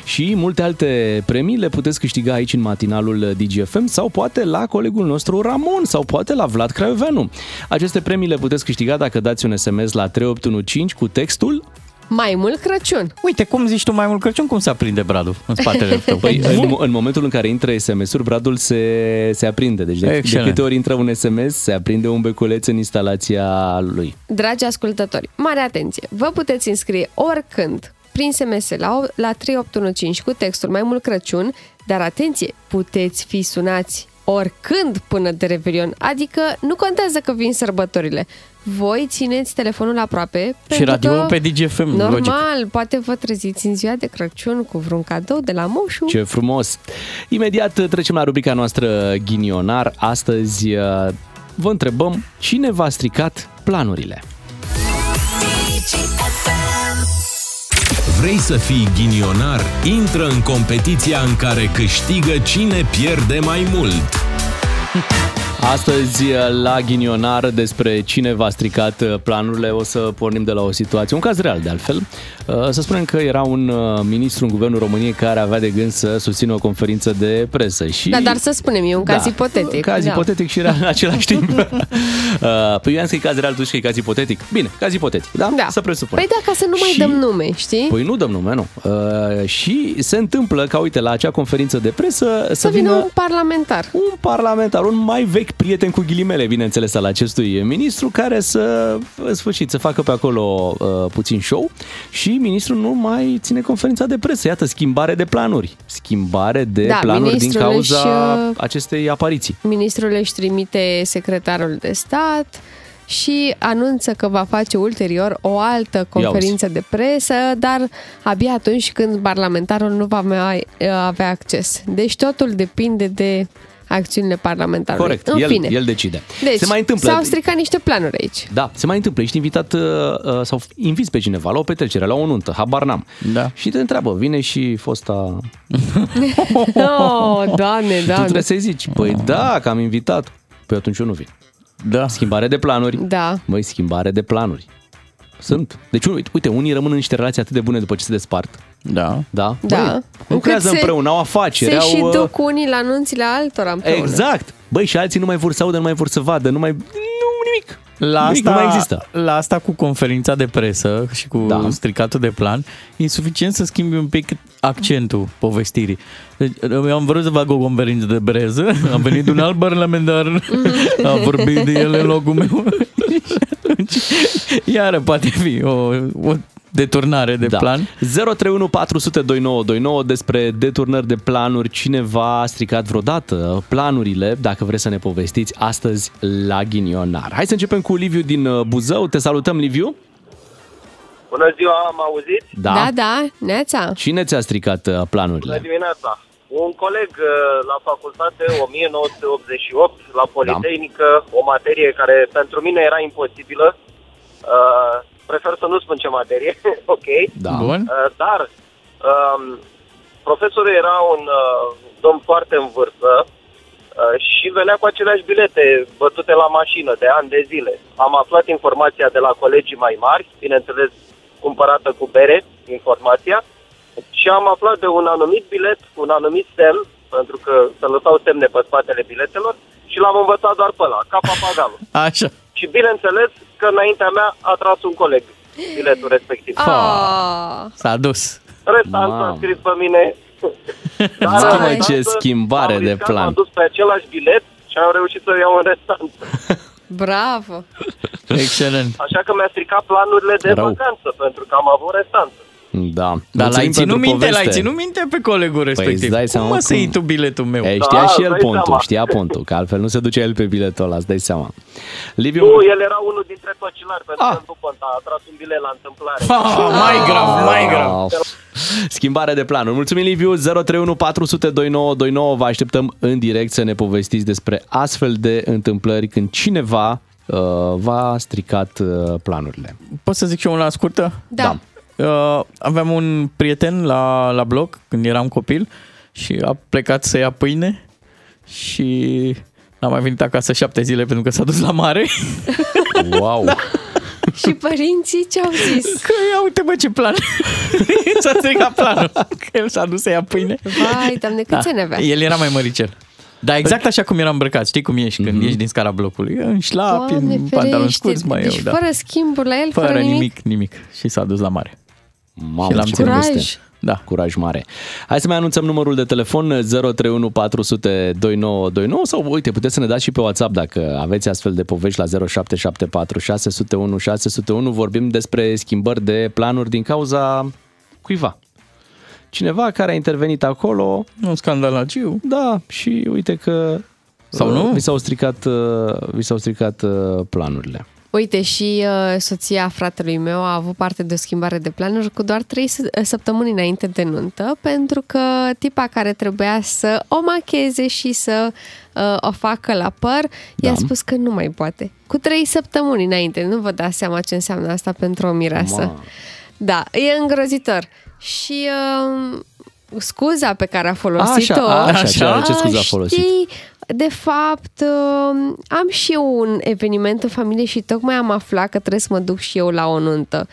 S3: și multe alte premii le puteți câștiga aici în matinalul uh, DGFM sau poate la colegul nostru Ramon sau poate la Vlad Craioveanu. Aceste premii le puteți câștiga dacă dați un SMS la 3815 cu textul
S4: Mai mult Crăciun.
S5: Uite, cum zici tu mai mult Crăciun, cum se aprinde bradul în spatele tău?
S3: Păi, în, în momentul în care intră SMS-uri, bradul se, se aprinde. Deci de, de
S5: Excelent.
S3: câte ori intră un SMS, se aprinde un beculeț în instalația lui.
S4: Dragi ascultători, mare atenție! Vă puteți înscrie oricând prin SMS la, la 3815 cu textul Mai mult Crăciun, dar atenție, puteți fi sunați oricând până de Revelion. Adică nu contează că vin sărbătorile. Voi țineți telefonul aproape. pentru
S5: radio
S4: că,
S5: pe DGFM,
S4: Normal,
S5: logic.
S4: poate vă treziți în ziua de Crăciun cu vreun cadou de la moșu.
S3: Ce frumos! Imediat uh, trecem la rubrica noastră ghinionar. Astăzi uh, vă întrebăm cine v-a stricat planurile.
S2: Vrei să fii ghinionar? Intră în competiția în care câștigă cine pierde mai mult.
S3: Astăzi la ghinionar despre cine v-a stricat uh, planurile o să pornim de la o situație, un caz real de altfel. Uh, Să spunem că era un uh, ministru în guvernul României care avea de gând să susțină o conferință de presă și...
S4: Da, dar să spunem, e un caz
S3: Da.
S4: ipotetic.
S3: Caz
S4: da.
S3: ipotetic și real în același timp. Uh, Păi eu am zis că e caz real, tu zici că e caz ipotetic. Bine, caz ipotetic, da?
S4: Da.
S3: Să presupunem.
S4: Păi da, ca să nu mai
S3: Și-
S4: dăm nume, știi?
S3: Păi nu dăm nume, nu. Uh, și se întâmplă ca, uite, la acea conferință de presă să,
S4: să vină
S3: vină
S4: un parlamentar.
S3: Un parlamentar, un mai vechi prieten cu ghilimele, bineînțeles, al acestui ministru, care să, în sfârșit, să facă pe acolo uh, puțin show și ministrul nu mai ține conferința de presă. Iată, schimbare de planuri. Schimbare de
S4: Da,
S3: planuri din
S4: ministrul
S3: cauza
S4: își, uh,
S3: acestei apariții.
S4: Ministrul își trimite secretarul de stat și anunță că va face ulterior o altă conferință de presă, dar abia atunci când parlamentarul nu va mai uh, avea acces. Deci totul depinde de acțiunile parlamentarului.
S3: Corect,
S4: În
S3: el,
S4: fine.
S3: el decide.
S4: Deci,
S3: se mai întâmplă.
S4: s-au stricat niște planuri aici.
S3: Da, se mai întâmplă. Ești invitat uh, uh, sau inviți pe cineva la o petrecere, la o nuntă, habar n-am. Da. Și te întreabă, vine și fosta...
S4: oh, doamne,
S3: Tu
S4: doamne.
S3: trebuie să-i zici, păi da, că am invitat. Păi atunci eu nu vin.
S5: Ah. Da.
S3: Schimbare de planuri.
S4: Da.
S3: Băi, schimbare de planuri. Sunt. Deci, uite, uite, unii rămân în niște relații atât de bune după ce se despart.
S5: Da.
S3: Da.
S4: Da.
S3: Băi, lucrează
S4: Încât se-
S3: împreună, au afaceri,
S4: Se
S3: au...
S4: și
S3: uh,
S4: duc unii la anunțile altora împreună.
S3: Exact. Băi, și alții nu mai vor să audă, nu mai vor să vadă, nu mai...
S5: La
S3: Nimic
S5: asta,
S3: nu mai există.
S5: la asta cu conferința de presă și cu da. stricatul de plan, e suficient să schimbi un pic accentul povestirii. Deci, eu am vrut să fac o conferință de breză, a venit un alt parlamentar, a vorbit de el în locul meu. Și atunci, Iară poate fi o, o deturnare de da. plan.
S3: 031 400 2929 despre deturnări de planuri. Cineva a stricat vreodată planurile, dacă vreți să ne povestiți, astăzi la Ghinionar. Hai să începem cu Liviu din uh, Buzău. Te salutăm, Liviu.
S14: Bună ziua, am auzit?
S3: Da.
S4: da, da neața.
S3: Cine ți-a stricat uh,
S14: Bună
S3: planurile?
S14: dimineața. Un coleg uh, la facultate, 1988, la Politehnică, o materie care pentru mine era imposibilă. Uh, prefer să nu spun ce materie, ok?
S5: Da. Bun.
S14: Uh, dar um, profesorul era un uh, domn foarte în vârstă uh, și venea cu aceleași bilete bătute la mașină de ani de zile. Am aflat informația de la colegii mai mari, bineînțeles cumpărată cu bere, informația, și am aflat de un anumit bilet, un anumit semn, pentru că se lăsau semne pe spatele biletelor, și l-am învățat doar pe ăla, ca papagalul.
S5: Așa.
S14: Și bineînțeles că înaintea mea a tras un coleg biletul respectiv.
S4: Ah.
S5: S-a dus.
S14: Restant s-a scris pe mine.
S3: Mamă,
S14: la
S3: ce
S14: distanță
S3: schimbare
S14: am
S3: de
S14: riscat,
S3: plan.
S14: Am dus pe același bilet și am reușit să iau în restant.
S4: Bravo!
S5: Excelent.
S14: Așa că mi-a stricat planurile de
S3: Rău.
S14: vacanță, pentru că am avut restant.
S3: Da.
S5: Dar l-ai
S3: Mulțumim
S5: ținut
S3: pentru
S5: minte,
S3: poveste. Păi
S5: l-ai ținut minte pe colegul respectiv.
S3: dai
S5: Cum
S3: seama
S5: mă să
S3: cum-
S5: iei tu biletul meu?
S14: Da,
S3: E, știa și el pontul, știa pontul, că altfel nu se duce el pe biletul ăla, îți dai seama. Liviu,
S14: Nu, el era unul dintre tocilari,
S3: Ah.
S14: pentru că nu conta, a tras un bilet la întâmplare.
S5: Ah,
S14: Ah.
S5: mai grav, mai
S3: Wow. Schimbare de planuri. Mulțumim, Liviu. 031 400 2929. Vă așteptăm în direct să ne povestiți despre astfel de întâmplări când cineva uh, v-a stricat uh, planurile.
S5: Pot să zic și eu una scurtă?
S4: Da.
S5: Uh, aveam un prieten la, la bloc când eram copil și a plecat să ia pâine și n-a mai venit acasă șapte zile pentru că s-a dus la mare. Oh.
S3: Wow! Da.
S4: Și părinții ce au zis?
S5: Că ia uite mă ce plan. s-a stricat planul. Că el s-a dus să ia pâine.
S4: Vai, doamne,
S3: Da.
S4: câți ani avea?
S5: El era mai măricel. Da, exact așa cum era îmbrăcat. Știi cum ești
S3: Mhm.
S5: când ieși din scara blocului? În șlap,
S4: Doamne
S5: în pantaloni
S4: ferește,
S5: scurți, mai
S4: deci
S5: eu, da.
S4: fără schimburi la el,
S5: fără,
S4: fără nimic.
S5: nimic, nimic. Și s-a dus la mare.
S3: Mamă,
S5: Și l-am
S3: ce
S5: ținut.
S3: poveste.
S4: Curaj.
S5: Da.
S3: Curaj mare. Hai să mai anunțăm numărul de telefon eh, 031 400 2929 sau uite, puteți să ne dați și pe WhatsApp dacă aveți astfel de povești la 0774 601 601. Vorbim despre schimbări de planuri din cauza cuiva. Cineva care a intervenit acolo.
S5: Un scandalaciu.
S3: Da, și uite că
S5: Sau nu?
S3: Vi s-au stricat, uh, vi s-au stricat uh, planurile.
S4: Uite, și uh, soția fratelui meu a avut parte de o schimbare de planuri cu doar 3 săptămâni înainte de nuntă, pentru că tipa care trebuia să o macheze și să uh, o facă la păr, da. i-a spus că nu mai poate. Cu 3 săptămâni înainte, nu vă dați seama ce înseamnă asta pentru o mireasă.
S3: Ma.
S4: Da, e îngrozitor. Și uh, scuza pe care a folosit-o...
S3: Așa, așa, așa, ce scuză a folosit?
S4: Știi, de fapt, uh, am și eu un eveniment în familie și tocmai am aflat că trebuie să mă duc și eu la o nuntă.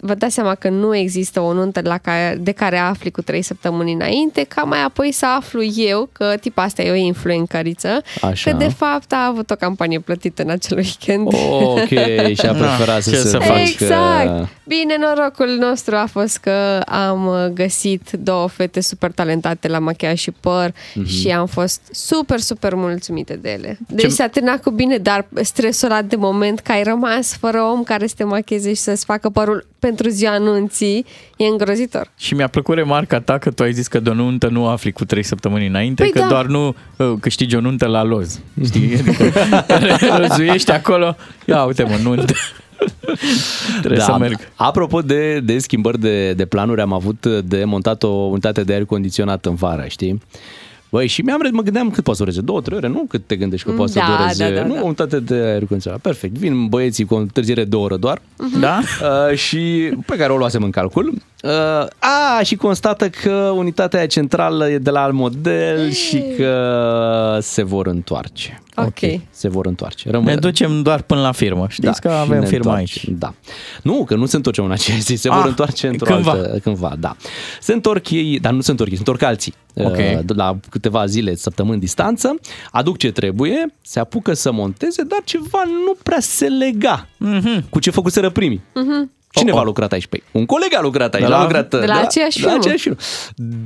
S4: Vă dați seama că nu există o nuntă la care, de care afli cu trei săptămâni înainte, ca mai apoi să aflu eu că tipa asta e o influencăriță,
S3: Așa.
S4: că de fapt a avut o campanie plătită în acel weekend.
S3: Ok, și a preferat să
S5: ce
S3: se
S5: să
S3: facă...
S4: Exact! Bine, norocul nostru a fost că am uh, găsit două fete super talentate la machiaj și păr
S5: Mhm.
S4: și am fost super, super mulțumite de ele. Deci
S5: Ce-
S4: s-a terminat cu bine, dar stresul ăla de moment că ai rămas fără om care să te macheze și să-ți facă părul pentru ziua anunții e îngrozitor.
S5: Și mi-a plăcut remarca ta că tu ai zis că de o nuntă nu afli cu trei săptămâni înainte,
S4: Păi
S5: că
S4: da.
S5: doar nu uh, câștigi o nuntă la loz. Știi? Adică răzuiești acolo, ia uite mă, nuntă. Trebuie
S16: Da,
S5: să merg.
S3: Da. Apropo de, de schimbări de, de planuri, am avut de montat o unitate de aer condiționat în vară, știi? Băi, și mi-am, mă gândeam cât poate să dureze, două, trei ore, nu? Cât te gândești că
S5: Mm,
S3: poate
S5: da,
S3: să dureze?
S5: da, da,
S3: nu,
S5: da.
S3: o unitate de aer condiționat. Perfect. Vin băieții cu o întârziere de o oră doar.
S5: Da?
S3: Uh, și pe care o luasem în calcul. Uh, a, și constată că unitatea aia centrală e de la alt model și că se vor întoarce.
S4: Ok.
S3: Se vor întoarce. Rămâne. Da,
S5: Ne ducem doar până la firmă. Știți că
S3: și
S5: avem
S3: ne
S5: firma aici.
S3: întoarcem, Da. Nu, că nu se întorce în aceea zi, se
S5: Ah,
S3: vor întoarce într-o
S5: cândva.
S3: altă, cândva, da. Se întorc ei, dar nu se întorc ei, se întorc alții.
S5: Ok.
S3: Uh, La câteva zile, săptămâni distanță, aduc ce trebuie, se apucă să monteze, dar ceva nu prea se lega
S5: Mhm.
S3: mm-hmm. cu ce făcuseră primii.
S4: Mhm.
S3: Cine a lucrat aici? Păi, un coleg a lucrat aici,
S5: De
S3: l-a
S5: la-
S3: lucrat da,
S5: de la aceeași
S3: de la
S5: firmă.
S3: aceeași firmă.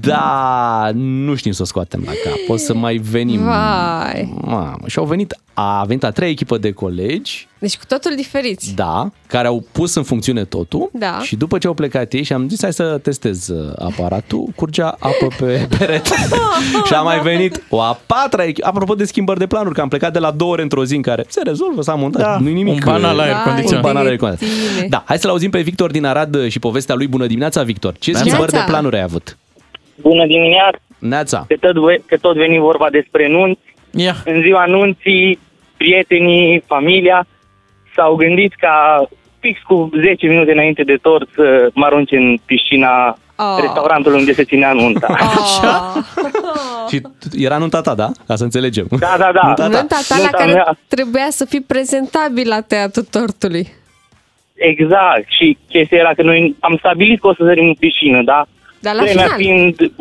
S3: Da, nu știm să o scoatem la cap. O să mai venim.
S4: Vai!
S3: Mamă, și au venit, a venit a treia echipă de colegi
S4: Deci cu totul diferiți.
S3: da, care au pus în funcțiune totul
S4: Da.
S3: și după ce au plecat ei și am zis hai să testez uh, aparatul, curgea apă pe perete. și a mai venit o a patra, echi- apropo de schimbări de planuri, că am plecat de la două ore într-o zi în care se rezolvă, s-a montat,
S5: Da.
S3: nu nimic.
S5: Un banal aer
S3: Da,
S5: condiționat.
S3: Un banal aer
S5: Bine,
S3: condiționat.
S5: bine.
S3: Da, hai să-l auzim pe Victor din Arad uh, și povestea lui. Bună dimineața, Victor! Ce
S16: Neața.
S3: schimbări de planuri ai avut?
S16: Bună dimineața!
S3: Neața!
S16: Că tot, ve- că tot veni vorba despre nunți.
S5: Yeah.
S16: În ziua nunții, prietenii, familia s-au gândit ca fix cu 10 minute înainte de tort să mă arunce în piscina
S4: Ah.
S16: restaurantului unde se ținea nunta.
S3: Și t- era nunta ta, da? Ca să înțelegem.
S16: Da, da, da.
S3: Nunta ta.
S4: Nunta ta la
S16: Nunta
S4: care
S16: mea.
S4: trebuia să fii prezentabil la tăiatul tortului.
S16: Exact. Și chestia era că noi am stabilit că o să sărim în piscină, da?
S4: Dar la
S16: vremea
S4: final.
S16: fiind...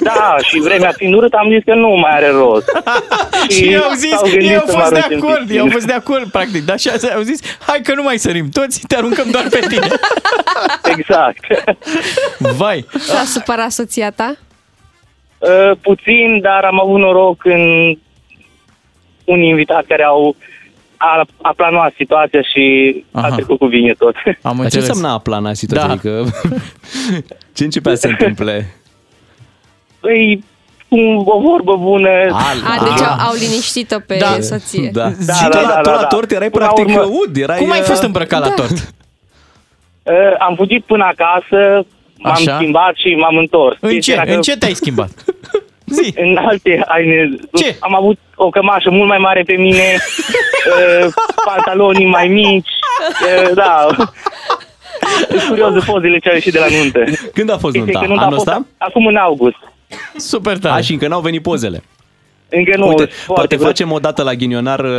S16: Da, și vremea fiind urâtă, am zis că nu mai are rost.
S5: Și ei au zis,
S16: da. s-au gândit
S5: ei au
S16: să mă
S5: fost de
S16: arunce în
S5: acord, ei au
S16: piscină.
S5: fost de acord, practic. Dar și asta au zis, hai că nu mai sărim toți, te aruncăm doar pe tine.
S16: Exact.
S5: Vai,
S4: S-a supărat soția ta?
S16: Uh, puțin, dar am avut noroc în unii invitați care au a, a planuat situația și Aha. a trecut cu bine tot.
S5: Am
S3: Dar ce înseamnă a plana situația?
S16: Da.
S3: Da. Adică, ce începea să se întâmple?
S16: Păi, cum o vorbă bună.
S4: A, deci
S5: Da.
S4: au, au liniștit-o pe da. soție.
S3: Da. Da, și tu, la, tu la tort erai
S16: Până la
S3: practic
S16: urmă-
S3: ud, erai... uh,
S16: Cum ai fost
S5: îmbrăcat
S16: la Da.
S5: tort?
S16: Uh, am fugit până acasă, m-am
S5: Așa.
S16: schimbat și m-am întors.
S5: în
S16: Chestia
S5: ce,
S16: era
S5: în
S16: că
S5: ce te-ai schimbat?
S16: În alte haine. Ce? Am avut o cămașă mult mai mare pe mine, uh, pantaloni mai mici, uh, da. Sunt curios de pozele ce au ieșit de la nuntă.
S3: Când a fost
S16: Chestia
S3: nunta?
S16: e că nunta a
S3: Anul
S16: fost
S3: ăsta?
S16: Acum în august.
S5: Super tare.
S3: A, și încă n-au venit pozele.
S16: Încă nu.
S3: Uite,
S16: foarte
S3: poate
S16: greu.
S3: facem o dată la ghinionar uh,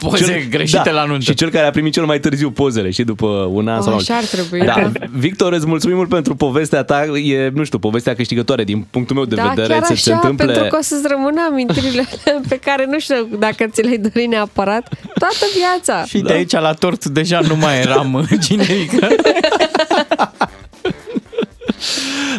S3: da,
S5: Poze greșite la nuntă.
S3: Și cel care a primit cel mai târziu pozele, și după un an
S4: O,
S3: sau
S4: Oh, așa
S3: alt.
S4: ar trebui,
S3: Da.
S4: da.
S3: Victor, îți mulțumim mult pentru povestea ta. E, nu știu, povestea câștigătoare din punctul meu de
S4: da,
S3: vedere.
S4: chiar
S3: să
S4: așa,
S3: se întâmple...
S4: pentru că o să-ți rămână amintirile alea pe care nu știu dacă ți le-ai dorit neapărat toată viața.
S5: Și
S16: Da.
S5: de aici la tort deja nu mai eram generică.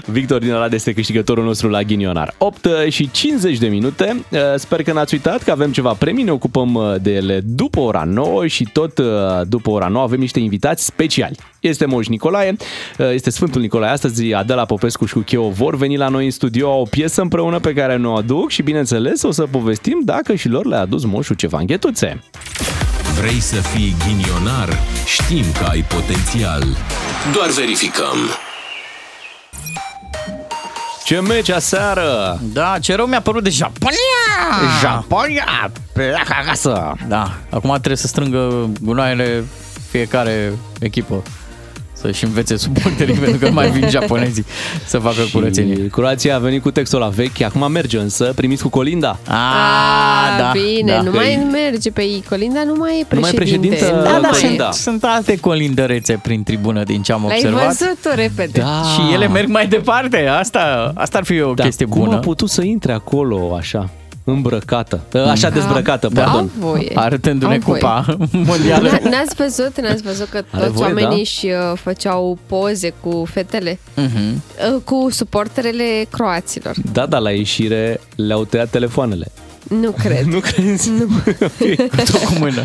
S3: Victor din Arad este câștigătorul nostru la Ghinionar. 8 și 50 de minute. Uh, Sper că n-ați uitat că avem ceva premii, ne ocupăm uh, de ele după ora 9 și tot uh, după ora 9 avem niște invitați speciali. Este Moș Nicolae, uh, este Sfântul Nicolae. Astăzi Adela Popescu și cu Cheo vor veni la noi în studio au o piesă împreună pe care ne o aduc și bineînțeles o să povestim dacă și lor le-a adus moșul ceva înghetuțe.
S2: Vrei să fii ghinionar? Știm că ai potențial. Doar verificăm.
S3: Ce meci aseară!
S5: Da, ce rău mi-a părut de Japonia! Japonia! Pleacă acasă! Ah. Da, acum trebuie să strângă gunoaiele fiecare echipă. Să-și învețe suporterii, pentru că nu mai vin japonezii să facă curățenie.
S3: Croația a venit cu textul la vechi, acum merge însă, primiți cu colinda.
S5: Ah,
S4: A, Ah,
S5: da,
S4: bine, nu mai merge pe ei. Colinda nu mai e președinte.
S3: Nu mai e președintă,
S4: Da, da.
S5: sunt, sunt alte colindărețe prin tribună din ce am
S4: L-ai
S5: observat.
S4: văzut tu repede.
S5: Da. Și ele merg mai departe. Asta, asta ar fi o
S3: Dar
S5: chestie
S3: cum
S5: bună.
S3: a putut să intre acolo așa? Îmbrăcată. Ă, Așa
S5: Da.
S3: dezbrăcată,
S5: Da.
S3: pardon.
S4: Au voie.
S5: Arătându-ne
S4: Au voie.
S5: cupa mondială.
S4: N- N-ați văzut, n-ați văzut că
S5: Are
S4: toți
S5: voie, da?
S4: oamenii și uh, făceau poze cu fetele,
S5: Mhm.
S4: uh, cu suporterele croaților.
S3: Da, da, la ieșire le-au tăiat telefoanele.
S4: Nu cred.
S3: nu crezi?
S4: Nu.
S5: Tot cu mână.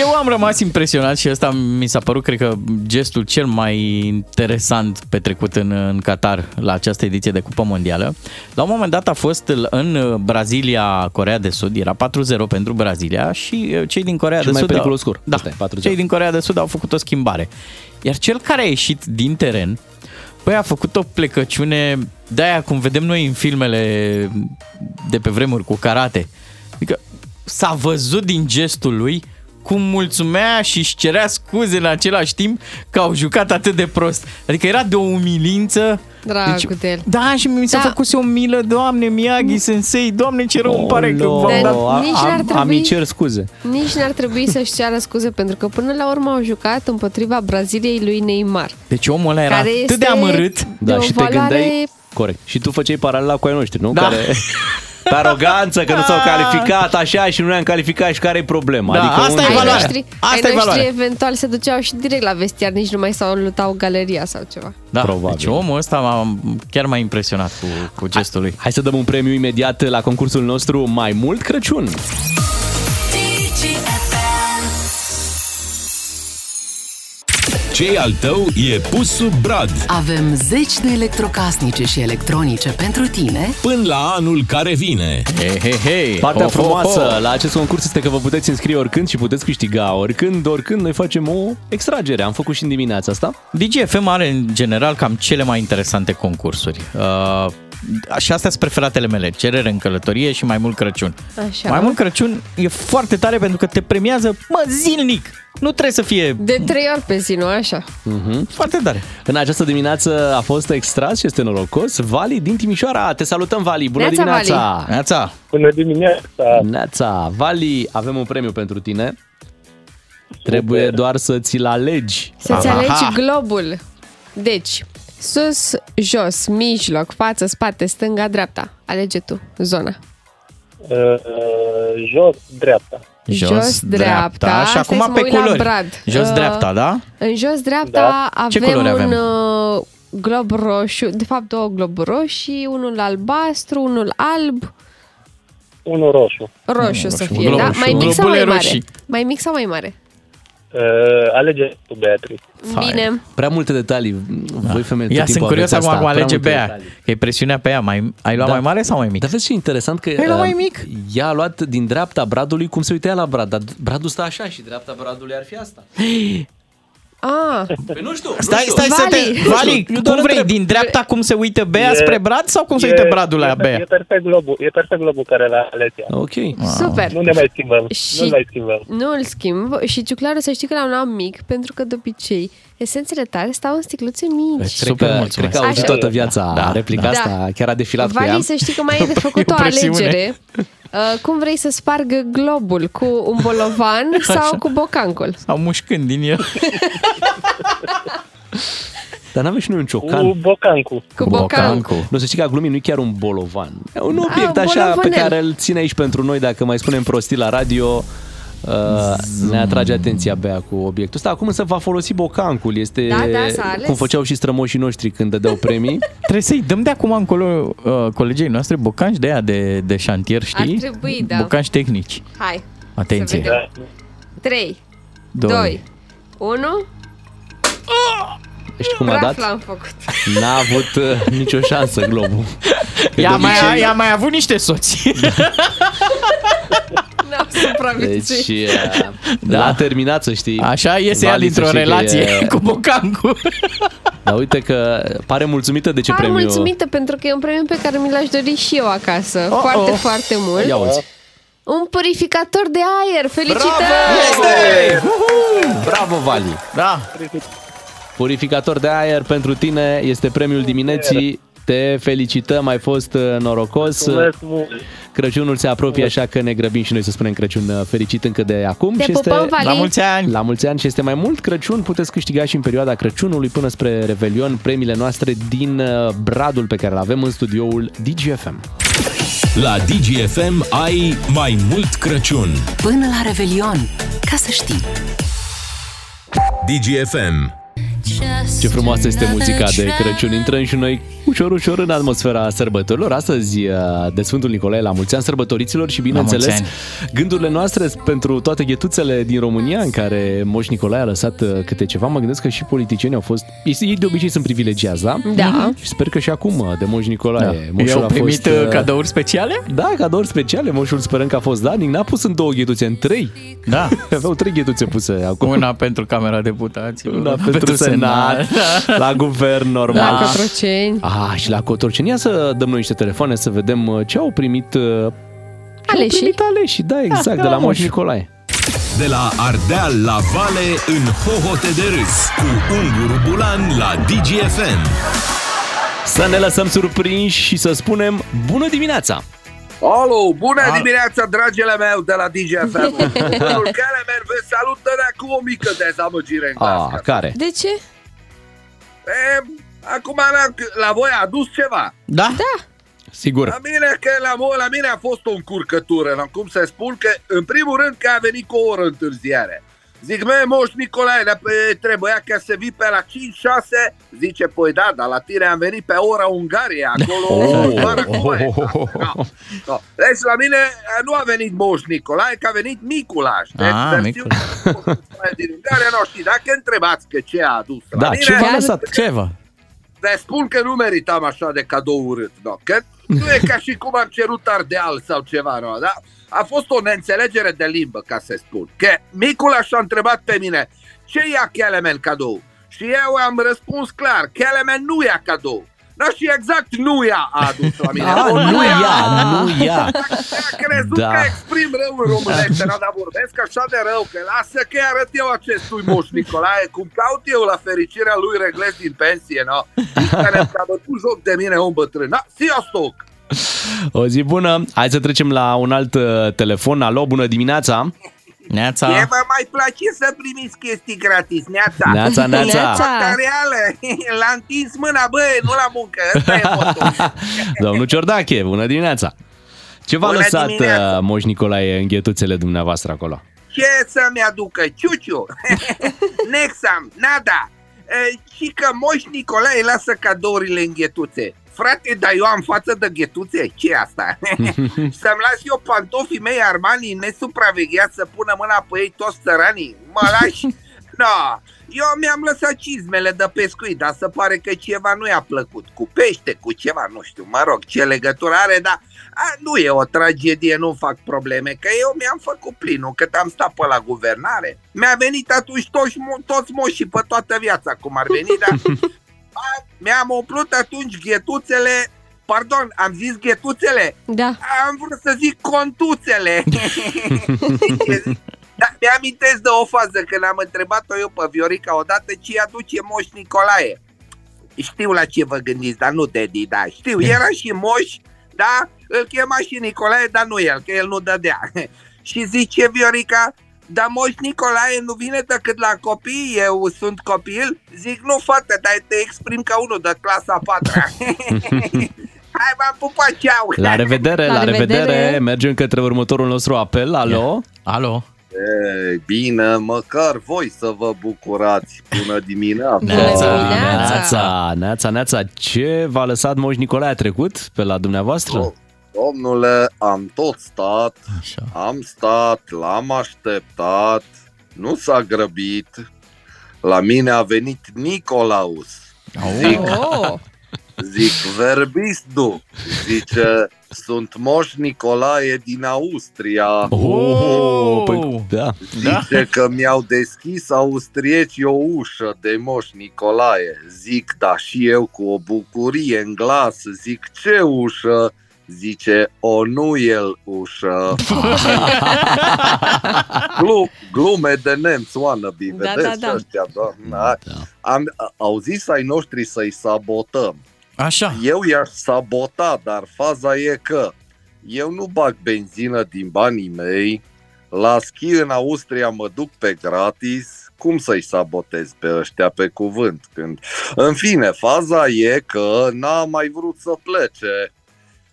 S5: Eu am rămas impresionat și ăsta mi s-a părut, cred că, gestul cel mai interesant petrecut în, în Qatar la această ediție de Cupa Mondială. La un moment dat a fost l- în uh, Brazilia, Corea de Sud, era 4-0 pentru Brazilia și uh, cei din Corea
S3: Cel
S5: de
S3: mai
S5: Sud...
S3: periculos scor.
S5: Da,
S3: Ăsta e, 4-0.
S5: cei din Corea de Sud au făcut o schimbare. Iar cel care a ieșit din teren, Păi a făcut o plecăciune de-aia cum vedem noi în filmele de pe vremuri cu karate. Adică s-a văzut din gestul lui cum mulțumea și își cerea scuze în același timp că au jucat atât de prost. Adică era de o umilință.
S4: Dragul
S3: Deci,
S4: de el.
S5: Da, și mi s-a
S4: Da.
S5: da. făcut o milă, doamne Miyagi, sensei, doamne ce rău îmi pare că
S4: Dar
S5: v-am dat.
S4: nici n-ar trebui-
S3: Am cer scuze.
S4: Nici n-ar trebui să-și ceară scuze, pentru că până la urmă au jucat împotriva Braziliei lui Neymar.
S5: Deci omul ăla era
S4: Care
S5: atât de
S4: este
S5: amărât. Da,
S4: de o valoare-
S3: Corect. Și tu făceai paralela cu ai noștri, nu?
S5: Da.
S3: Care... Pe aroganță, că nu
S4: Da.
S3: s-au calificat așa și nu ne-am calificat și care e problema? Adică
S5: Da, asta e
S3: unde-
S5: valoarea.
S4: Noștri,
S5: Asta
S4: ai
S5: e
S4: noștri
S5: valoarea.
S4: eventual se duceau și direct la vestiar, nici nu mai s-au lutau galeria sau ceva.
S5: Da, Probabil. deci omul ăsta m-a chiar m-a impresionat cu, cu gestul lui.
S3: Hai să dăm un premiu imediat la concursul nostru Mai mult Crăciun.
S2: ce al tău e pus sub brad
S1: Avem zeci de electrocasnice și electronice pentru tine
S2: până la anul care vine.
S5: He, he, he.
S3: Partea frumoasă la acest concurs este că vă puteți înscrie oricând și puteți câștiga oricând, oricând. Noi facem o extragere. Am făcut și în dimineața asta.
S5: DGFM are în general cam cele mai interesante concursuri. Uh, și astea sunt preferatele mele, cerere în călătorie și mai mult Crăciun.
S4: Așa.
S5: Mai mult Crăciun e foarte tare pentru că te premiază, mă, zilnic. Nu trebuie să fie
S4: De trei ori pe zi, nu așa?
S3: Mm-hmm.
S5: Foarte tare.
S3: În această dimineață a fost extras și este norocos Vali din Timișoara. Te salutăm, Vali. Bună
S4: Neața,
S3: dimineața!
S4: Vali.
S5: Neața!
S15: Bună dimineața!
S3: Neața! Vali, avem un premiu pentru tine. Trebuie doar să ți-l alegi.
S4: Să-ți alegi globul. Deci, sus, jos, mijloc, față, spate, stânga, dreapta. Alege tu zona.
S15: Uh, uh, jos, dreapta.
S4: Jos, dreapta.
S5: Și
S4: Stai să
S5: acum
S4: mă
S5: pe
S4: uit la
S5: culori.
S4: Brad.
S5: Jos
S4: Uh,
S5: dreapta, da?
S4: În jos, dreapta,
S5: Da. Ce
S4: avem un
S5: culori avem?
S4: uh, glob roșu, de fapt două globi roșii, unul albastru, unul alb,
S15: Unul roșu.
S4: roșu să
S15: roșu.
S4: fie,
S15: Glob
S4: da?
S15: roșu.
S4: Mai mic sau mai
S15: Globule
S4: mare?
S15: roșii.
S4: Mai mic sau mai mare?
S15: Uh, alege tu, Beatrice.
S4: Bine.
S3: Prea multe detalii. Voi femei tot
S5: Ia,
S3: timpul
S5: sunt curios
S3: aveți
S5: acum
S3: asta.
S5: cu alege
S3: Prea multe
S5: Bea,
S3: detalii.
S5: că e presiunea pe ea. Mai, ai luat
S3: Da.
S5: mai mare sau mai mic?
S3: Dar vezi ce interesant că
S5: Ai luat Păi, mai
S3: uh,
S5: mic?
S3: ea a luat din dreapta bradului cum se uitea la brad, dar bradul stă așa și dreapta bradului ar fi asta.
S5: Păi,
S4: Ah.
S3: Păi nu știu,
S5: Stai, stai să te... Vali, cum vrei? Din dreapta cum se uită Bea spre Brad sau cum se uită Bradul la Bea?
S15: E perfect globul, e perfect globul care l-a ales ea.
S3: Ok.
S4: Super.
S15: Nu ne mai schimbăm,
S4: Și-
S15: nu ne mai schimbăm.
S4: Nu îl schimb și ciuclarul să știi că l-am luat mic, pentru că de obicei esențele tale stau în sticluțe
S15: Deci,
S4: mici.
S3: Cred că, cred că a auzit
S4: Așa.
S3: toată viața da, replica
S4: da.
S3: da. asta, chiar a defilat cu ea.
S4: Vali, să știi că mai e de făcut
S3: E
S4: o
S3: o presiune.
S4: alegere. Uh, cum vrei să spargă globul? Cu un bolovan sau
S5: Așa.
S4: cu bocancul?
S5: Sau mușcând din el.
S3: Dar n-avem și noi un ciocan?
S15: Cu bocancul.
S4: Cu bocancul.
S3: Nu, să știi că a glumit nu e chiar un bolovan. E un obiect
S4: A,
S3: așa
S4: bolovanel.
S3: pe care îl ține aici pentru noi, dacă mai spunem prostii la radio, Uh, ne atrage atenția Bea cu obiectul ăsta. Acum însă va folosi bocancul. Este
S4: Da, da, s-a ales.
S3: cum făceau și strămoșii noștri când dădeau premii.
S5: Trebuie să-i dăm de acum încolo uh, colegii noastre bocanci de aia de, de șantier,
S4: Ar
S5: știi?
S4: trebui, da.
S5: Bocanci tehnici.
S4: Hai.
S5: Atenție.
S4: Să vedem. 3, 2, 1.
S3: Știi cum a dat?
S4: l-am făcut.
S3: N-a avut uh, nicio șansă globul. Că
S5: Ea
S3: de
S5: mai,
S3: obicei-
S5: ea mai avut niște soți.
S4: N-am supraviețuit.
S3: Deci uh, da. l-a terminat, să știi.
S5: Așa iese ea
S3: Vali, să
S5: dintr-o
S3: știi că
S5: relație
S3: e-
S5: cu bocancul.
S3: Dar uite că pare mulțumită de ce
S4: Am
S3: premiu.
S4: mulțumită pentru că e un premiu pe care mi l-aș dori și eu acasă. Oh, foarte,
S3: oh.
S4: oh. foarte mult.
S3: Ia uzi.
S4: Un purificator de aer. Felicitări!
S3: Bravo, Vali!
S5: Da!
S3: Purificator de aer pentru tine este premiul dimineții. Te felicităm, ai fost uh, norocos.
S15: Mulțumesc mult.
S3: Crăciunul se apropie, așa că ne grăbim și noi să spunem Crăciun uh, fericit încă de acum.
S4: Te
S3: și este...
S4: pupăm, Vali! La mulți
S5: ani!
S3: La mulți ani și este mai mult Crăciun. Puteți câștiga și în perioada Crăciunului până spre Revelion premiile noastre din uh, bradul pe care îl avem în studioul DGFM.
S2: La DGFM ai mai mult Crăciun.
S1: Până la Revelion, ca să știi.
S2: DGFM.
S3: Ce frumoasă este muzica de Crăciun. Intrăm și noi ușor, ușor în atmosfera sărbătorilor. Astăzi, uh, de Sfântul Nicolae, la mulți ani sărbătoriților și,
S5: La
S3: bineînțeles,
S5: mulți
S3: gândurile noastre pentru toate ghetuțele din România în care Moș Nicolae a lăsat uh, câte ceva. Mă gândesc că și politicienii au fost... Ei ei de obicei sunt privilegiați, da?
S4: Da.
S3: Și sper că și acum uh, de Moș Nicolae.
S5: Da.
S3: Moșul
S5: I-au
S3: a
S5: primit,
S3: uh,
S5: uh, cadouri speciale?
S3: Da, cadouri speciale. Moșul sperăm că a fost Danic. N-a pus în două ghetuțe, în trei.
S5: Da.
S3: Aveau trei ghetuțe puse acum.
S5: Una pentru Camera Deputaților.
S3: Una pentru, senat, la guvern, normal.
S4: La Cotroceni.
S3: Ah, și la Cotroceni. Ia să dăm noi niște telefoane să vedem uh, ce au primit uh,
S4: Aleșii.
S3: primit aleșii,
S5: Ah,
S3: da, exact, de la Moș Nicolae.
S2: De la Ardeal la Vale în hohote de râs cu Unguru Bulan la DGFM.
S3: Să ne lăsăm surprinși și să spunem bună dimineața!
S6: Alo, bună Al... dimineața, dragele meu de la DJFM. Bunul care merg, vă salută de cu o mică dezamăgire în glas.
S3: Ah, care?
S4: De ce?
S6: E, Acum la, la voi a adus ceva.
S5: Da?
S4: Da.
S3: Sigur.
S6: La mine, că la, voi, la mine a fost o încurcătură, n-am cum să spun că, în primul rând, că a venit cu o oră întârziare. Zic, mă, moș Nicolae, dar, pă, trebuia ca să vii pe la 5-6, zice, păi da, dar la tine am venit pe ora Ungaria, acolo, oh, fără oh, oh, Da. Deci la mine eh, nu a venit Moș Nicolae, că a venit Miculaș. Deci
S5: Ah,
S6: versiunea
S5: Miculaș.
S6: din Ungaria nu știu. Dacă întrebați că ce a adus la
S5: Da,
S6: mine,
S5: ce v-a lăsat? Ce v-a?
S6: le spun că nu meritam așa de cadou urât, no? că nu e ca și cum am cerut ardeal sau ceva, no? da? A fost o neînțelegere de limbă, ca să spun. Că Miculaș a întrebat pe mine, ce ia Kelemen cadou? Și eu am răspuns clar, Kelemen nu ia cadou. Da, și exact nu ia a adus la mine.
S3: A,
S6: Ori
S3: Ah, nu ia, nu ia.
S6: a crezut
S3: Da.
S6: da. că exprim rău în românește, da, dar vorbesc așa de rău, că lasă că arăt eu acestui moș Nicolae, cum caut eu la fericirea lui reglez din pensie, no? Care s-a bătut joc de mine, om bătrân. Da, Na, sziasztok!
S3: O zi bună! Hai să trecem la un alt uh, telefon. Alo, bună dimineața!
S5: Neața!
S6: E, vă mai place să primiți chestii gratis, neața.
S3: Neața, neața. Neața.
S6: Materiale. L-a întins mâna, băi, nu la muncă. Ăsta e motul.
S3: Domnul Ciordache, bună dimineața! Ce v-a
S6: Bună
S3: lăsat
S6: dimineața!
S3: uh, Moș Nicolae în ghetuțele dumneavoastră acolo?
S6: Ce să-mi aducă? Ciuciu! Nexam, nada! E, Și că moș Nicolae lasă cadourile în ghetuțe. Frate, dar eu am față de ghetuțe? ce asta?
S15: Da.
S16: Mm.
S6: Să-mi las eu pantofii mei Armani nesupravegheați să pună mâna pe ei toți țăranii? Mă lași? No, eu mi-am lăsat cizmele de pescuit, dar se pare că ceva nu i-a plăcut. Cu pește, cu ceva, nu știu, mă rog, ce legătură are, dar a, nu e o tragedie, nu fac probleme, că eu mi-am făcut plinul, cât am stat pe la guvernare. Mi-a venit atunci toți, mo- toți moșii pe toată viața, cum ar veni, dar a, mi-am umplut atunci ghetuțele, pardon, am zis ghetuțele?
S4: Da.
S6: Am vrut să zic contuțele. Da, mi-amintesc de o fază când am întrebat-o eu pe Viorica odată ce aduce Moș Nicolae. Știu la ce vă gândiți, dar nu Dedi, da, știu. Era și Moș, da, îl chema și Nicolae, dar nu el, că el nu dădea. și zice Viorica, dar Moș Nicolae nu vine decât la copii, eu sunt copil? Zic, nu fată, dar te exprim ca unul de clasa a patra. Hai, m-am pupat, ceau!
S3: La revedere, la,
S6: La
S3: revedere.
S6: revedere.
S3: Mergem către următorul nostru apel. Alo?
S5: Alo.
S8: E, bine, măcar voi să vă bucurați până dimineața.
S3: Neața, neața, neața. Ce v-a lăsat Moș Nicolae a trecut pe la dumneavoastră? Oh.
S8: Domnule, am tot stat, Așa. am stat, l-am așteptat, nu s-a grăbit. La mine a venit Nicolaus. Zic,
S11: Oh.
S8: zic verbis du. Zice, sunt moș Nicolae din Austria.
S3: Oh, păi, da.
S8: Zice că mi-au deschis austrieci o ușă de moș Nicolae. Zic, da și eu cu o bucurie în glas, zic, ce ușă? Zice, o nu el ușă. Glu- glume de nemți wannabe,
S11: Da,
S8: vedeți
S11: da, da.
S8: și ăștia, doamna. Am, au zis ai noștri să-i sabotăm.
S5: Așa.
S8: Eu i-aș sabota, dar faza e că eu nu bag benzină din banii mei, la schi în Austria mă duc pe gratis, cum să-i sabotez pe ăștia pe cuvânt? Când... În fine, faza e că n-a mai vrut să plece.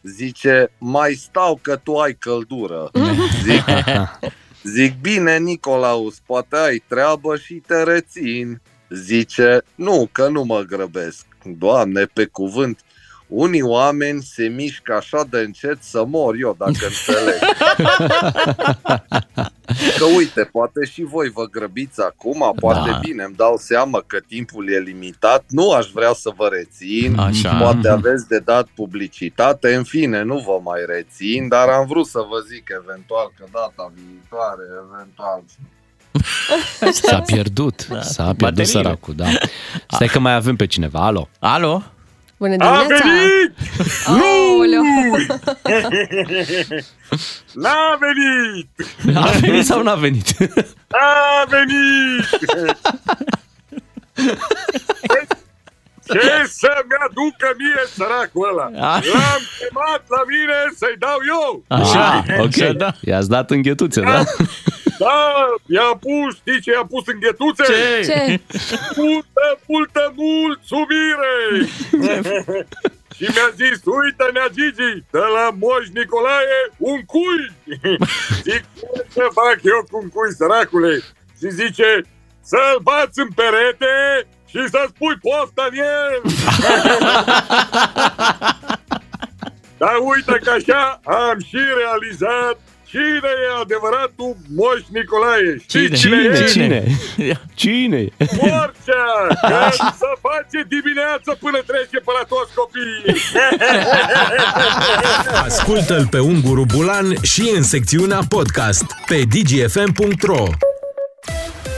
S8: Zice, mai stau că tu ai căldură. Zic, zic bine, Nicolaus, poate ai treabă și te rețin. Zice, nu, că nu mă grăbesc. Doamne, pe cuvânt, unii oameni se mișcă așa de încet să mor eu, dacă înțeleg. Că uite, poate și voi vă grăbiți acum, poate
S5: Da.
S8: da. bine, îmi dau seama că timpul e limitat, nu aș vrea să vă rețin,
S5: Așa.
S8: poate aveți de dat publicitate, în fine, nu vă mai rețin, dar am vrut să vă zic eventual că data viitoare, eventual...
S3: S-a pierdut, da. s-a pierdut
S5: Bateriile.
S3: săracul, da. Stai că mai avem pe cineva, alo.
S5: Alo?
S4: Bună
S7: A
S4: dimineața!
S7: venit!
S4: Aoleu!
S7: N-a venit!
S3: A venit sau n-a venit?
S7: A venit! Ce să-mi aducă mie săracul ăla? L-am chemat la mine să-i dau eu!
S3: Așa,
S7: Ah,
S3: ok. Da. I-ați dat înghetuțe, da?
S7: Da, i-a pus, știi ce i-a pus în ghetuțe?
S3: Ce? Ce?
S7: Multă, multă mulțumire! Și mi-a zis, uite nea Gigi, de la Moș Nicolae, un cui! Zic, ce fac eu cu un cui, săracule? Și zice, să-l bați în perete și să spui pofta în el! Dar uite că așa am și realizat cine e adevăratul Moș Nicolae. Știi cine, e?
S3: Cine? Cine?
S7: Morcea! Că să face dimineață până trece pe la toți copiii!
S2: Ascultă-l pe Unguru Bulan și în secțiunea podcast pe dgfm.ro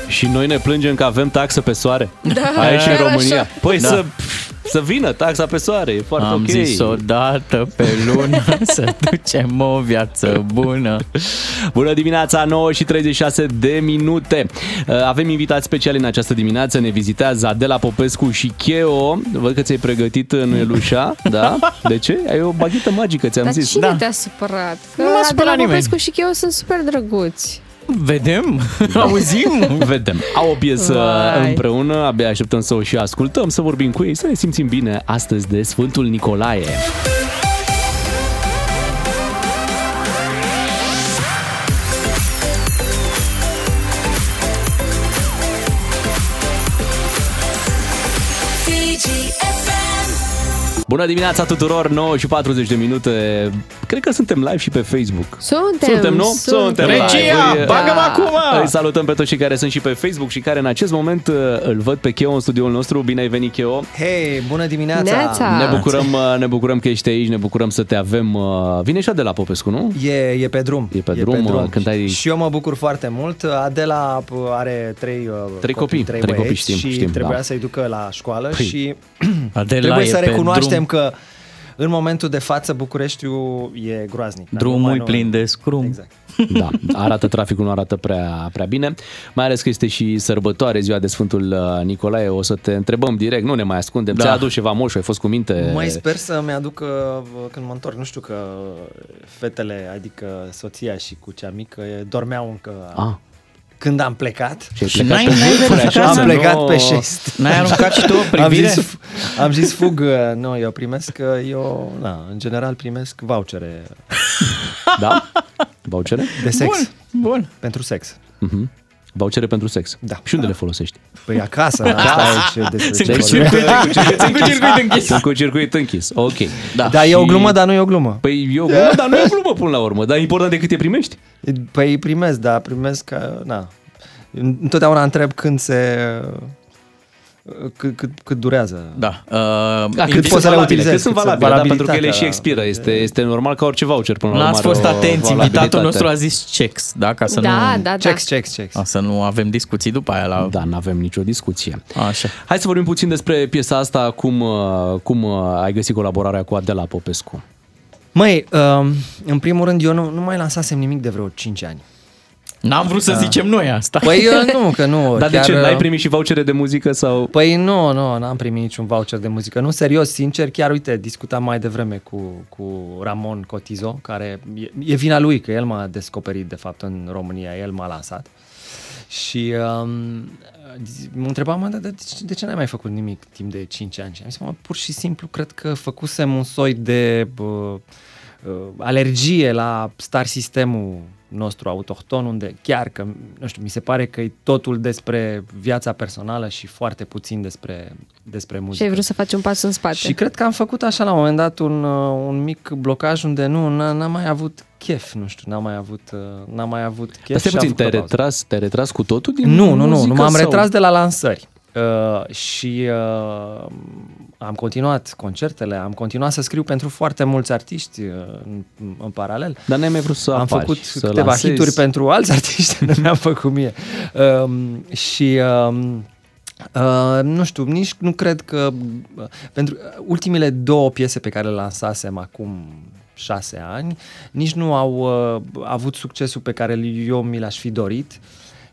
S3: Și noi ne plângem că avem taxă pe soare.
S2: Da,
S3: Aici în
S2: chiar
S3: România.
S2: așa.
S3: Păi
S2: Da.
S3: să, să vină taxa pe soare, e foarte
S5: Am
S3: ok.
S5: zis o dată pe lună să ducem o viață bună.
S3: Bună dimineața, 9 și 36 de minute. Uh, Avem invitați speciali în această dimineață. Ne vizitează Adela Popescu și Cheo. Văd că ți-ai pregătit în elușa, da? De ce? Ai o baghetă magică, ți-am
S4: Dar
S3: zis. da.
S4: cine te-a supărat? Că
S5: Nu m-a supărat
S4: Adela
S5: nimeni.
S4: Popescu și eu sunt super drăguți.
S5: Vedem, auzim.
S3: Vedem. Au o piesă
S5: Vai.
S3: împreună, abia așteptăm să o și ascultăm, să vorbim cu ei, să ne simțim bine astăzi de Sfântul Nicolae. Bună dimineața tuturor, 9 și 40 de minute. Cred că suntem live și pe Facebook.
S4: Suntem,
S3: Suntem, da. nu?
S4: suntem.
S5: Regia,
S3: Îi-
S5: bagă-mă acum!
S3: Îi salutăm pe toți cei care sunt și pe Facebook și care în acest moment uh, îl văd pe Cheo în studioul nostru. Bine ai venit, Cheo!
S17: Hei, bună dimineața!
S3: Ne bucurăm, uh, ne bucurăm că ești aici, ne bucurăm să te avem. uh, Vine și de la Popescu, nu?
S17: E, e pe drum.
S3: E pe drum, uh, când ai...
S17: Și eu mă bucur foarte mult. Adela uh, are trei, uh,
S3: Trei copii,
S17: trei,
S3: trei
S17: băieți
S3: copii, știm,
S17: și
S3: știm,
S17: trebuia
S3: da.
S17: să-i ducă la școală
S3: Păi,
S17: și
S5: Adela
S17: trebuie să
S5: e pe
S17: recunoaștem
S5: drum.
S17: că în momentul de față Bucureștiul e groaznic. Dar
S5: Drumul
S17: numai
S5: e
S17: noi-
S5: plin de scrum. Exact.
S3: Da, arată traficul, nu arată prea, prea bine, mai ales că este și sărbătoare ziua de Sfântul uh, Nicolae, o să te întrebăm direct, nu ne mai ascundem,
S17: Da.
S3: da. ți-a adus ceva moșu, ai fost cu minte?
S17: Mai sper să-mi aduc uh, când mă întorc, nu știu că fetele, adică soția și cu cea mică, e- dormeau încă
S3: Ah.
S17: când am plecat.
S3: Și ai plecat pe șest, așa,
S17: Am
S3: să
S17: plecat
S3: nu-
S17: pe șest.
S3: N-ai aruncat și tu o
S17: Am
S3: privire?
S17: zis, am zis fug, uh, nu, eu primesc, uh, eu, na, în general primesc
S3: Ah,
S17: vouchere.
S3: Da? Vouchere?
S17: De sex.
S5: Bun, bun.
S17: Pentru sex.
S3: Mhm. Vouchere pentru sex. Da. Și unde le folosești?
S17: Păi acasă, da. asta e ce despre Da.
S3: Sunt
S17: ce
S3: cu
S17: vorbim.
S3: circuit Sunt cu circuit închis. Sunt cu circuit închis. Ok.
S17: Da, da e o glumă, dar nu e o glumă.
S3: Păi eu, glumă, dar nu e o glumă până la urmă, dar e important de cât e primești.
S17: Păi primesc, da, primesc ca, na. Întotdeauna întreb când se uh, cât, cât, cât durează.
S5: Da. Uh,
S17: Da, cât poți să le utilizezi,
S3: Cât sunt
S17: cât Da.
S3: valabile, da, pentru că ele
S17: valabilitatea,
S3: și expiră. Este, este normal ca orice voucher până la urmă.
S5: N-ați
S3: are
S5: fost
S3: o
S5: atenți, invitatul
S3: valabilitate.
S5: nostru a zis checks, da? Ca să
S4: Da,
S5: nu...
S4: da, da. Checks,
S17: checks, checks.
S5: Ca să nu avem discuții după aia la...
S3: Da, n-avem nicio discuție.
S5: Așa.
S3: Hai să vorbim puțin despre piesa asta, cum, uh, cum uh, ai găsit colaborarea cu Adela Popescu.
S17: Măi, um, în primul rând, eu nu, nu mai lansasem nimic de vreo 5 ani.
S5: N-am vrut să
S17: Da.
S5: zicem noi asta.
S17: Păi uh, nu, că nu.
S3: Dar de ce? N-ai
S17: primit
S3: și vouchere de muzică sau...
S17: Păi nu, nu, n-am primit niciun voucher de muzică. Nu, serios, sincer, chiar uite, discutam mai devreme cu, cu Ramon Cotizo, care e, e vina lui că el m-a descoperit, de fapt, în România, el m-a lansat. Și um, zi- mă întrebam, mă, dar de, ce- de ce n-ai mai făcut nimic timp de 5 ani? Și am zis, mă, pur și simplu, cred că făcusem un soi de bă, uh, alergie la star sistemul nostru autohton, unde chiar că, nu știu, mi se pare că e totul despre viața personală și foarte puțin despre, despre muzică.
S4: Și ai vrut să faci un pas în spate.
S17: Și cred că am făcut așa la un moment dat un, uh, un mic blocaj unde nu, n- n-am mai avut chef, nu știu, n-am mai avut, uh, n-am mai avut chef.
S3: Dar stai
S17: și am
S3: puțin,
S17: făcut
S3: te-ai
S17: o pauză.
S3: retras, te-ai retras cu totul din
S17: Nu, nu, nu,
S3: muzică
S17: nu m-am
S3: sau?
S17: retras de la lansări. Uh, și uh, am continuat concertele, am continuat să scriu pentru foarte mulți artiști uh, în, în paralel.
S3: Dar n-ai mai vrut să
S17: Am
S3: apari,
S17: făcut
S3: să
S17: câteva
S3: lansezi.
S17: hituri pentru alți artiști, nu mi-am făcut mie. Um, și um, Uh, nu știu, nici nu cred că... uh, Pentru ultimile două piese pe care le lansasem acum șase ani, nici nu au uh, avut succesul pe care eu mi l-aș fi dorit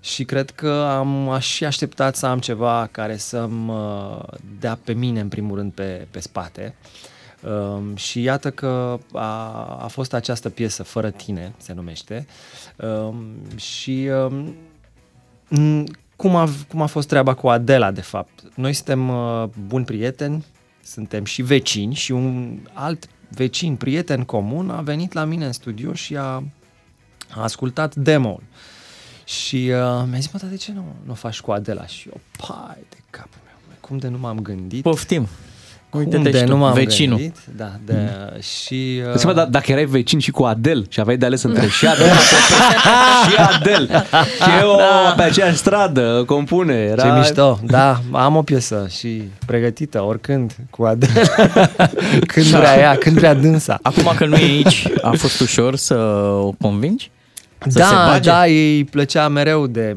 S17: și cred că am aș și așteptat să am ceva care să-mi uh, dea pe mine, în primul rând, pe, pe spate. Um, și iată că a, a fost această piesă, Fără tine, se numește. Um, și um, Mm, cum a, cum a fost treaba cu Adela, de fapt? Noi suntem uh, buni prieteni, suntem și vecini și un alt vecin, prieten comun, a venit la mine în studio și a, a ascultat demo-ul. Și uh, mi-a zis, mă, dar de ce nu, nu faci cu Adela? Și eu, pai de capul meu, mă, cum de nu m-am gândit?
S5: Poftim!
S17: cum
S5: Uite-te
S17: de
S5: și
S17: nu
S5: tu,
S17: m-am
S5: vecinul. Mm.
S17: gândit? Da, de, și... uh,
S3: Îți seama, da- dacă erai vecin și cu Adel și aveai de ales între și Adel și Adel,
S17: Da.
S3: și eu pe aceeași stradă compune. Era...
S17: Ce mișto, da, am o piesă și pregătită oricând cu Adela, când vrea ea, când vrea dânsa.
S5: Acum că nu e aici, a fost ușor să o convingi? Să
S17: da,
S5: se bage?
S17: da, ei plăcea mereu de m-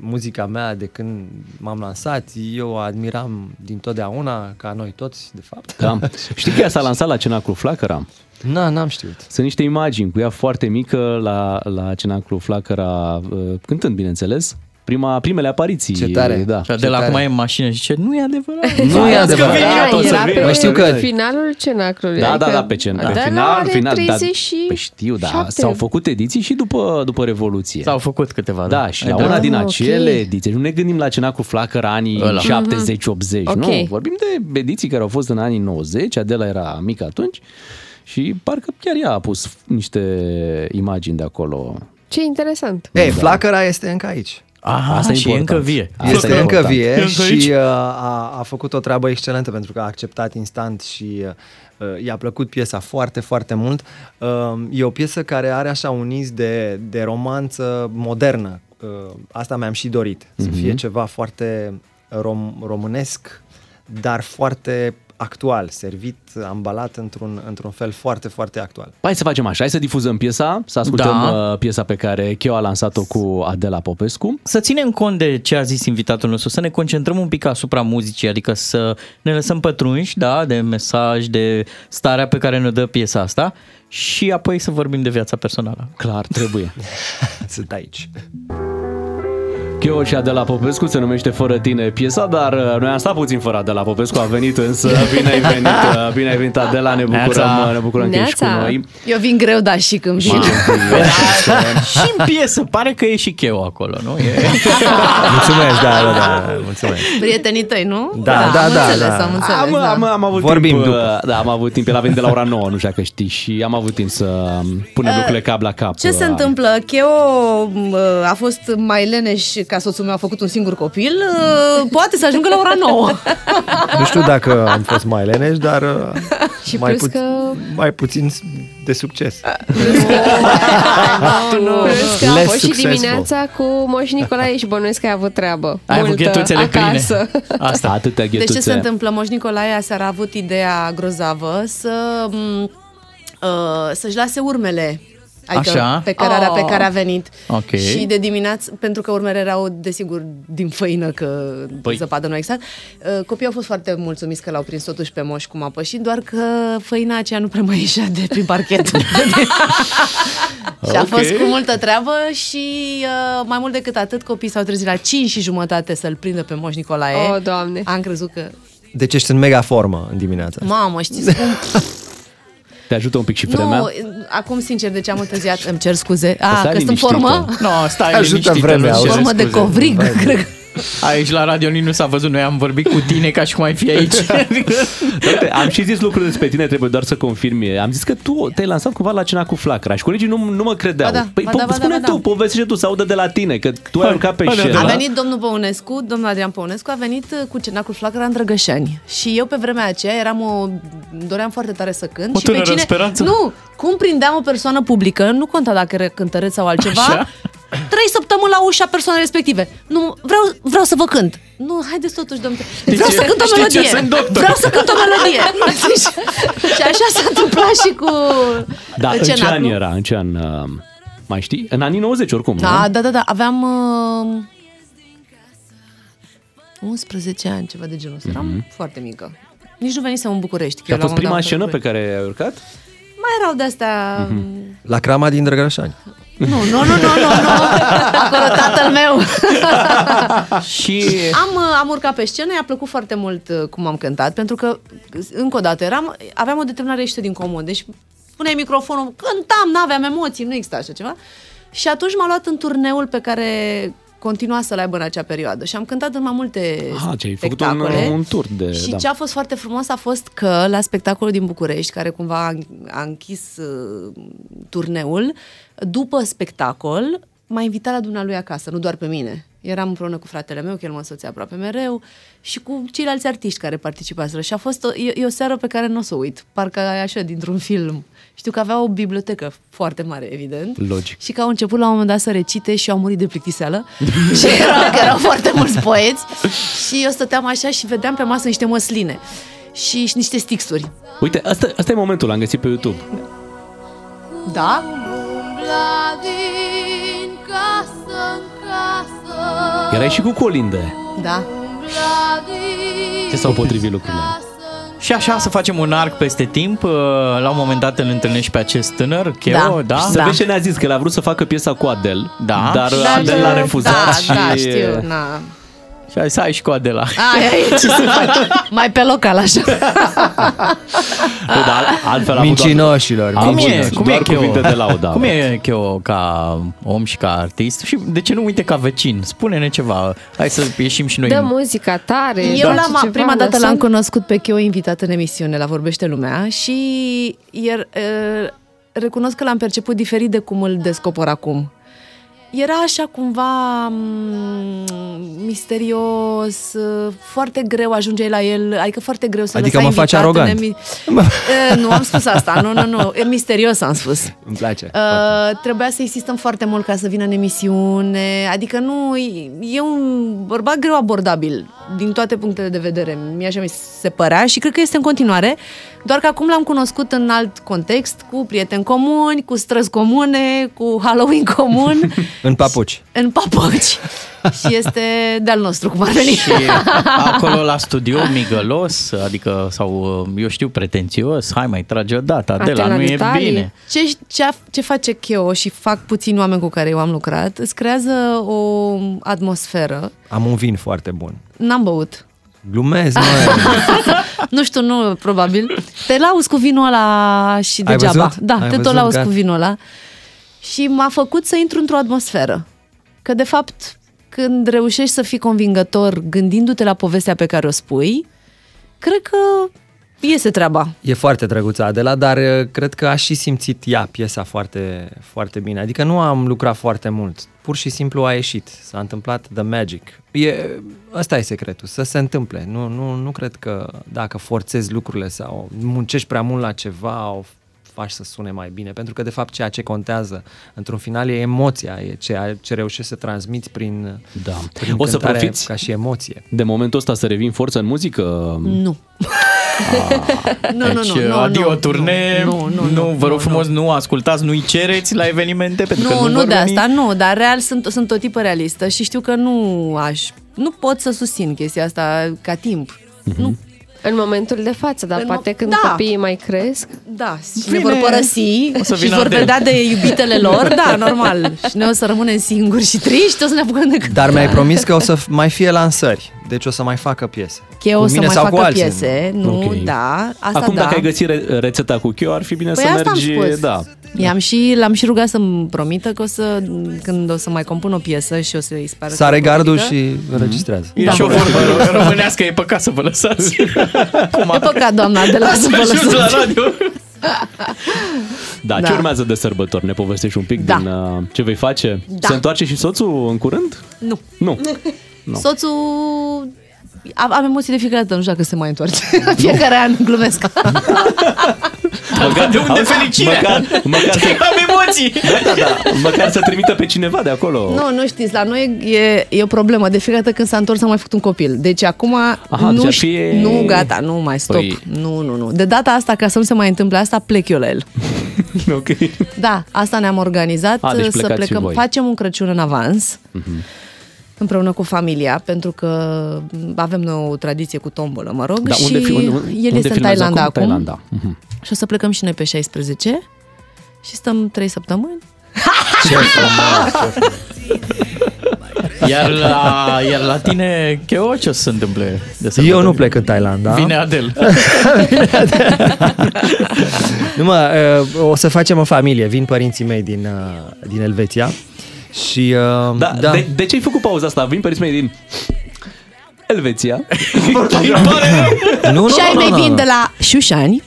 S17: muzica mea de când m-am lansat. Eu o admiram din totdeauna, ca noi toți, de fapt.
S3: Da. Știi că ea s-a lansat la Cenaclu Flacăra?
S17: Na, n-am știut.
S3: Sunt niște imagini cu ea foarte mică la, la Cenaclu Flacăra, uh, cântând, bineînțeles. Prima, primele apariții.
S5: Ce tare.
S3: Da.
S5: Și Adela acum e în mașină și zice, nu e adevărat.
S3: Nu e adevărat.
S4: Da,
S3: tot să
S4: era
S3: vii,
S4: pe
S3: o să vii.
S4: finalul cenaclului.
S3: Da,
S4: adică
S3: da, da, pe cen.
S4: Adela
S3: Pe final,
S4: are
S3: final, da,
S4: 30 și...
S3: păi știu, da,
S4: șapte.
S3: s-au făcut ediții și după, după Revoluție.
S5: S-au făcut câteva,
S3: da. Da, și la
S5: Ai
S3: una
S5: dreptate.
S3: din
S5: Ah, ok.
S3: acele ediții, nu ne gândim la cena cu flacăra anii
S5: Ăla.
S3: 70-80, nu?
S5: Ok.
S3: Vorbim de ediții care au fost în anii 90, Adela era mică atunci și parcă chiar ea a pus niște imagini de acolo.
S4: Ce interesant.
S17: Ei, flacăra este încă aici.
S5: Aha, Asta e și e important. încă vie.
S17: Este
S5: Flacăra.
S17: încă
S5: Important. E
S17: vie
S5: încă aici?
S17: și uh, a, a făcut o treabă excelentă pentru că a acceptat instant și uh, i-a plăcut piesa foarte, foarte mult. Uh, e o piesă care are așa un iz de, de romanță modernă. Uh, asta mi-am și dorit, să
S3: Mhm.
S17: fie ceva foarte rom- românesc, dar foarte actual, servit, ambalat într-un, într-un fel foarte, foarte actual.
S3: Hai să facem așa, hai să difuzăm piesa, să ascultăm
S5: Da.
S3: da. piesa pe care Cheo a lansat-o cu Adela Popescu.
S5: Să ținem cont de ce a zis invitatul nostru, să ne concentrăm un pic asupra muzicii, adică să ne lăsăm pătrunși, da, de mesaj, de starea pe care ne dă piesa asta și apoi să vorbim de viața personală.
S3: Clar, trebuie.
S17: Sunt aici.
S3: Pinocchio și Adela Popescu se numește Fără tine piesa, dar uh, noi am stat puțin fără Adela Popescu, a venit însă, bine ai venit, uh, bine ai venit Adela, ne bucurăm, uh,
S5: Neața.
S3: ne bucurăm că ești cu noi.
S18: Eu vin greu, dar și când vin.
S5: și în piesă, pare că e și cheu acolo, nu? E...
S18: Mulțumesc,
S5: da, da, da, mulțumesc.
S18: Prietenii tăi, nu?
S5: Da, da,
S18: am
S5: da,
S18: înțeles,
S5: da.
S18: am înțeles.
S3: Am,
S18: da.
S3: am, am avut
S5: Vorbim
S3: timp,
S5: după.
S3: uh, da, am avut timp, el a venit de la ora 9, nu știu dacă știi, și am avut timp să um, punem
S18: Uh,
S3: lucrurile cap la cap.
S18: Ce se
S3: Uh,
S18: întâmplă? Cheo uh, a fost mai leneș ca soțul meu a făcut un singur copil. uh, Poate să ajungă la ora 9.
S7: Nu știu dacă am fost mai leneș, dar uh,
S18: Și
S7: mai,
S18: plus că-
S7: mai puțin de succes.
S18: nu, nu.
S4: Plus că am
S7: Less
S4: fost și
S7: successful.
S4: dimineața cu Moș Nicolae și bănuiesc că ai avut treabă.
S3: Ai avut
S4: Multă
S3: ghetuțele pline.
S4: acasă.
S3: Asta, atâtea
S18: Deci
S3: ghetuțe.
S18: ce se întâmplă? Moș Nicolae aseară a avut ideea grozavă să, m, uh, să-și lase urmele. Adică
S5: Așa.
S18: pe cărarea
S5: Oh.
S18: pe care a venit.
S5: Ok.
S18: Și de dimineață, pentru că urmele erau, desigur, din făină, că
S5: Păi.
S18: păi. zăpadă nu a existat, uh, copiii au fost foarte mulțumiți că l-au prins totuși pe moș cum a pășit, doar că făina aceea nu prea mai ieșea de prin parchet. Și a
S5: Ok.
S18: fost cu multă treabă și uh, mai mult decât atât, copiii s-au trezit la 5 și jumătate să-l prindă pe Moș Nicolae.
S4: O, doamne!
S18: Am crezut că...
S7: Deci ești în mega formă în dimineața.
S5: Da.
S18: Mamă, știți cum...
S3: Te ajută un pic și vremea?
S18: nu, acum, sincer, de ce am întârziat? Îmi cer scuze. A,
S5: stai
S18: că sunt
S5: liniștită.
S18: formă?
S5: No, stai Ajută liniștită, vremea, nu-ți auzi. cere
S18: Formă de
S5: scuze.
S18: covrig,
S5: Vai de-
S18: cred că.
S5: Aici la radio nici nu s-a văzut, noi am vorbit cu tine ca și cum ai fi aici.
S3: Da, Uite, am și zis lucruri despre tine, trebuie doar să confirmi. Am zis că tu te-ai lansat cumva la cena cu flacra și colegii nu, nu mă credeau.
S18: Ba da,
S3: păi
S18: ba da, ba da,
S3: spune
S18: ba da.
S3: tu, povestește tu, să audă de la tine, că tu ai urcat pe
S5: ba da,
S3: scenă.
S18: Păi, A venit domnul Păunescu, domnul Adrian Păunescu, a venit uh, cu Cenacul Flacăra în Drăgășani. Și eu pe vremea aceea eram o... doream foarte tare să cânt.
S5: O
S18: și pe
S5: tânără în speranță?
S18: Nu! Cum prindeam o persoană publică, nu conta dacă era cântăreț sau altceva,
S5: Așa.
S18: Așa? trei săptămâni la ușa persoanei respective. Nu, vreau, vreau să vă cânt. Nu, haideți totuși, domnule. Vreau
S5: ce-
S18: să cânt o
S5: știi ce?
S18: melodie.
S5: Sunt doctor.
S18: Vreau să cânt o melodie. și, și așa s-a întâmplat și cu
S3: Da, în ce
S18: Cenacul.
S3: an era? În ce an? uh, Mai știi? În anii 90 oricum,
S18: Da,
S3: nu?
S18: da, da, da. Aveam uh, 11 ani, ceva de genul ăsta. Eram
S3: Mhm.
S18: foarte mică. Nici nu venisem în București. că
S3: Și a
S18: eu la
S3: fost
S18: un moment
S3: prima
S18: dat
S3: scenă
S18: am
S3: pe care Mhm. ai urcat?
S18: fost- Mai erau de-astea...
S7: La crama din Drăgășani.
S18: Nu, nu, nu, nu, nu, nu. Acolo tatăl meu.
S5: și...
S18: Am, uh, am urcat pe scenă, i-a plăcut foarte mult uh, cum am cântat, pentru că, uh, încă o dată, eram, aveam o determinare ieșită din comun. Deci puneai microfonul, cântam, n-aveam emoții, nu exista așa ceva. Și atunci m-a luat în turneul pe care continua să-l aibă în acea perioadă. Și am cântat în mai multe
S3: Ah, ce ai făcut un,
S18: spectacole.
S3: un tur de...
S18: Și
S3: da.
S18: ce a fost foarte frumos a fost că la spectacolul din București, care cumva a, a închis uh, turneul, după spectacol m-a invitat la dumnealui acasă, nu doar pe mine. Eram împreună cu fratele meu, că el mă însoțea aproape mereu, și cu ceilalți artiști care participaseră. Și a fost o, e, e o seară pe care nu o să o uit, parcă e așa, dintr-un film. Știu că avea o bibliotecă foarte mare, evident.
S3: Logic.
S18: Și că au început la un moment dat să recite și eu am murit de plictiseală. și erau, că erau foarte mulți poeți. Și eu stăteam așa și vedeam pe masă niște măsline. Și, și niște stixuri.
S3: Uite, asta, asta e momentul, l-am găsit pe YouTube.
S18: Da?
S11: Umbla din casă în casă
S3: Erai și cu colinde.
S18: Da.
S11: Umbla din
S3: Ce s-au potrivit lucrurile?
S5: Și așa să facem un arc peste timp, uh, la un moment dat îl întâlnești pe acest tânăr, Cheo, da? da?
S3: Și să vezi ce ne-a zis, că el a vrut să facă piesa cu Adel,
S5: Da.
S3: dar
S5: Și-
S3: Adel l-a refuzat
S18: da,
S3: și...
S18: Da, știu, na.
S5: Și hai să ai și cu Adela.
S18: Ai, ai, ce să faci? Mai pe local, așa.
S3: Bă, Păi, dar altfel a avut doar-
S7: Mincinoșilor.
S3: a avut
S5: Cum e,
S3: doar
S5: cum e Cheo?
S3: cuvinte de laudă.
S5: Cum e Cheo ca om și ca artist? Și de ce nu uite ca vecin? Spune-ne ceva. Hai să ieșim și noi.
S4: Dă muzica tare.
S18: Eu
S4: face
S18: l-am,
S4: deci ceva,
S18: prima dată
S4: lăsăm-
S18: l-am cunoscut pe Cheo invitat în emisiune la Vorbește Lumea și iar, eh, recunosc că l-am perceput diferit de cum îl descopăr acum. Era așa cumva mm, misterios, eh, foarte greu ajungeai la el, adică foarte greu să
S7: Adică
S18: lăsai
S7: mă faci
S18: invitat în
S7: arogant.
S18: Eh, nu am spus asta, nu, nu, nu, e misterios am spus.
S7: Îmi place.
S18: Uh, trebuia să insistăm foarte mult ca să vină în emisiune, adică nu, e- e un bărbat greu abordabil din toate punctele de vedere, mi așa mi se părea și cred că este în continuare, doar că acum l-am cunoscut în alt context, cu prieteni comuni, cu străzi comune, cu Halloween comun
S17: În papuci.
S18: În papoci. și este de-al nostru, cum ar veni.
S5: Și acolo la studio migălos, adică, sau eu știu, pretențios, hai mai trage o dată, de la nu e bine.
S18: Ce, ce, ce face Cheo și fac puțini oameni cu care eu am lucrat, îți creează o atmosferă.
S17: Am un vin foarte bun.
S18: N-am băut.
S17: Glumez, mă.
S18: nu știu, nu, probabil. Te lauzi cu vinul ăla și
S17: Ai
S18: degeaba.
S17: văzut?
S18: Da,
S17: Ai
S18: te
S17: văzut,
S18: tot lauzi
S17: gata.
S18: cu vinul ăla. Și m-a făcut să intru într-o atmosferă. Că, de fapt, când reușești să fii convingător gândindu-te la povestea pe care o spui, cred că iese treaba.
S17: E foarte drăguță Adela, dar uh, cred că a și simțit ea piesa foarte, foarte bine. Adică nu am lucrat foarte mult. Pur și simplu a ieșit. S-a întâmplat the magic. E, asta e secretul, să se întâmple. Nu, nu, nu cred că dacă forțezi lucrurile sau muncești prea mult la ceva, o faci să sune mai bine. Pentru că, de fapt, ceea ce contează într-un final e emoția, e ceea ce reușești să transmiți prin, da. prin
S3: O să
S17: cântare
S3: profiți?
S17: ca și emoție.
S3: De momentul ăsta să revin forță în muzică?
S18: Nu. nu, nu,
S5: Deci,
S18: nu, nu,
S5: adio
S18: nu,
S5: turnee, nu, nu, nu, vă rog frumos, nu ascultați, nu-i cereți la evenimente, pentru că
S18: Nu,
S5: nu,
S18: nu
S5: vor
S18: de
S5: veni.
S18: asta, nu, dar real sunt, sunt o tipă realistă și știu că nu aș, nu pot să susțin chestia asta ca timp.
S4: În momentul de față, dar
S18: În mo-
S4: poate când
S18: Da.
S4: copiii mai cresc.
S18: Da, Și ne vor părăsi
S4: O să
S18: și
S4: vină
S18: vor
S4: Adel.
S18: vedea de iubitele lor, da, normal. Și noi o să rămânem singuri și triști, o să ne apucăm de
S17: Dar mi-ai promis că o să f- mai fie lansări, deci o să mai facă piese.
S18: Cheo
S17: Cu
S18: o să
S17: mine
S18: mai
S17: sau cu
S18: facă
S17: alții.
S18: piese, nu,
S3: Ok.
S18: da, asta
S3: Acum,
S18: da.
S3: dacă ai găsit re- rețeta cu Chio, ar fi bine
S18: Păi
S3: să
S18: asta am
S3: mergi...
S18: spus.
S3: Da.
S18: I-am și, l-am și rugat să-mi promită că o să, când o să mai compun o piesă și o să-i spară...
S17: Sare
S18: că e Da.
S17: gardul
S18: potrivită,
S17: și înregistrează.
S5: E și o vorbă românească, e păcat să vă lăsați.
S18: E păcat, doamna, de la să vă
S5: Ajungi la
S18: lăsați.
S5: radio.
S3: Da, da,
S18: Da.
S3: ce urmează de sărbători? Ne povestești un pic
S18: Da.
S3: din uh, ce vei face?
S18: Da.
S3: Se întoarce și soțul în curând?
S18: Nu.
S3: Nu.
S18: No. Soțul... Am, am emoții de fiecare dată, nu știu dacă se mai întoarce. Fiecare an glumesc.
S3: Măcar, de unde
S5: fericirea?
S3: Măcar, măcar să,
S5: Am emoții!
S3: da, da, da, măcar să trimită pe cineva de acolo.
S18: Nu, nu știți, la noi e, e o problemă. De fiecare dată când s-a întors, am mai făcut un copil. Deci acum
S3: Aha,
S18: nu,
S3: deci ar
S18: ș-
S3: fi-
S18: nu, gata, nu mai stop.
S3: Păi-
S18: Păi... Nu, nu, nu. De data asta, ca să nu se mai întâmple asta, plec eu la el.
S3: ok.
S18: Da, asta ne-am organizat
S3: A, deci
S18: să
S3: plecați și
S18: plecăm.
S3: voi. Mhm.
S18: Facem un Crăciun în avans. Împreună cu familia, pentru că avem noi o tradiție cu tombolă, mă rog,
S3: Da,
S18: și
S3: unde fi- unde- unde
S18: el este
S3: filmează
S18: în Thailanda acum.
S3: Thailanda. Mhm.
S18: Și o să plecăm și noi pe 16 și stăm 3 săptămâni.
S5: Ce frumos! Iar la, iar la tine, Cheo, ce o să se întâmple? De
S7: Eu nu plec în
S17: Da?
S7: Thailanda.
S5: Vine Adel.
S7: Nu mă, uh, o să facem o familie. Vin părinții mei din, uh, din Elveția. Și, uh,
S3: Da, da. De, de ce ai făcut pauza asta? Vin părinții mei din Elveția.
S7: nu,
S18: și ai
S7: nu,
S18: mei
S7: nu, nu.
S18: vin de la Șușani.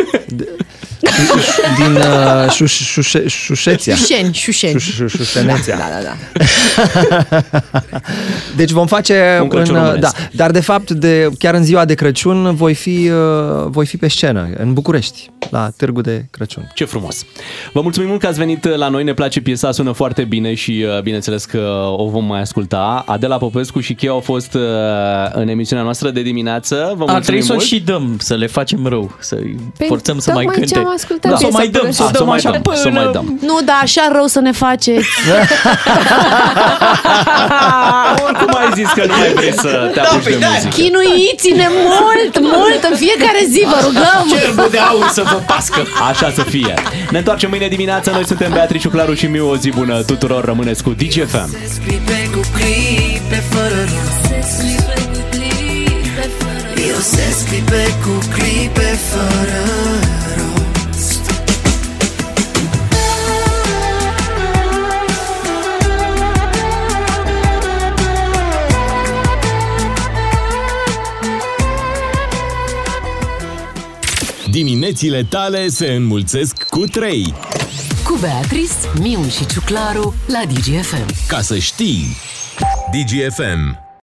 S7: din uh, Șuș- Șușe- Șușeția.
S18: Șușeni, Șușeni.
S7: Șuș- Șuș- Șușeneția.
S18: Da, da, da.
S7: Deci vom face
S3: Un Crăciun
S7: în, da,
S3: românesc.
S7: dar de fapt de chiar în ziua de Crăciun voi fi uh, voi fi pe scenă în București la Târgu de Crăciun.
S3: Ce frumos! Vă mulțumim mult că ați venit uh, la noi, ne place piesa, sună foarte bine și uh, bineînțeles că o vom mai asculta. Adela Popescu și Chea au fost uh, în emisiunea noastră de dimineață. Vă
S5: Ar
S3: mulțumim
S5: trebui să o
S3: mult.
S5: și dăm, să le facem rău, să
S4: Păi,
S5: forțăm să mai
S4: tocmai
S5: cânte.
S4: ce am ascultat
S5: Să o
S4: piesa
S5: mai dăm,
S4: București.
S5: să o
S4: Să
S5: dăm
S4: mai
S5: așa
S4: dăm,
S5: până...
S4: să mai
S3: dăm.
S18: Nu, da, așa rău să ne faceți.
S4: Ah.
S3: Oricum ai zis că nu mai vrei să
S5: Da,
S3: te apuci
S5: păi
S3: de muzică.
S18: Chinuiți-ne mult, mult, în fiecare zi, vă rugăm.
S3: Cerbul de aur să vă pască! Așa să fie! Ne întoarcem mâine dimineață, noi suntem Beatrice, Claru și Miu, o zi bună tuturor, rămâneți cu DGFM!
S19: clipe cu clipe fără rost Eu se clipe cu clipe fără rost
S2: Diminețile tale se înmulțesc cu 3.
S1: Cu Beatrice, Miu și Ciuclaru la DGFM.
S2: Ca să știi! DGFM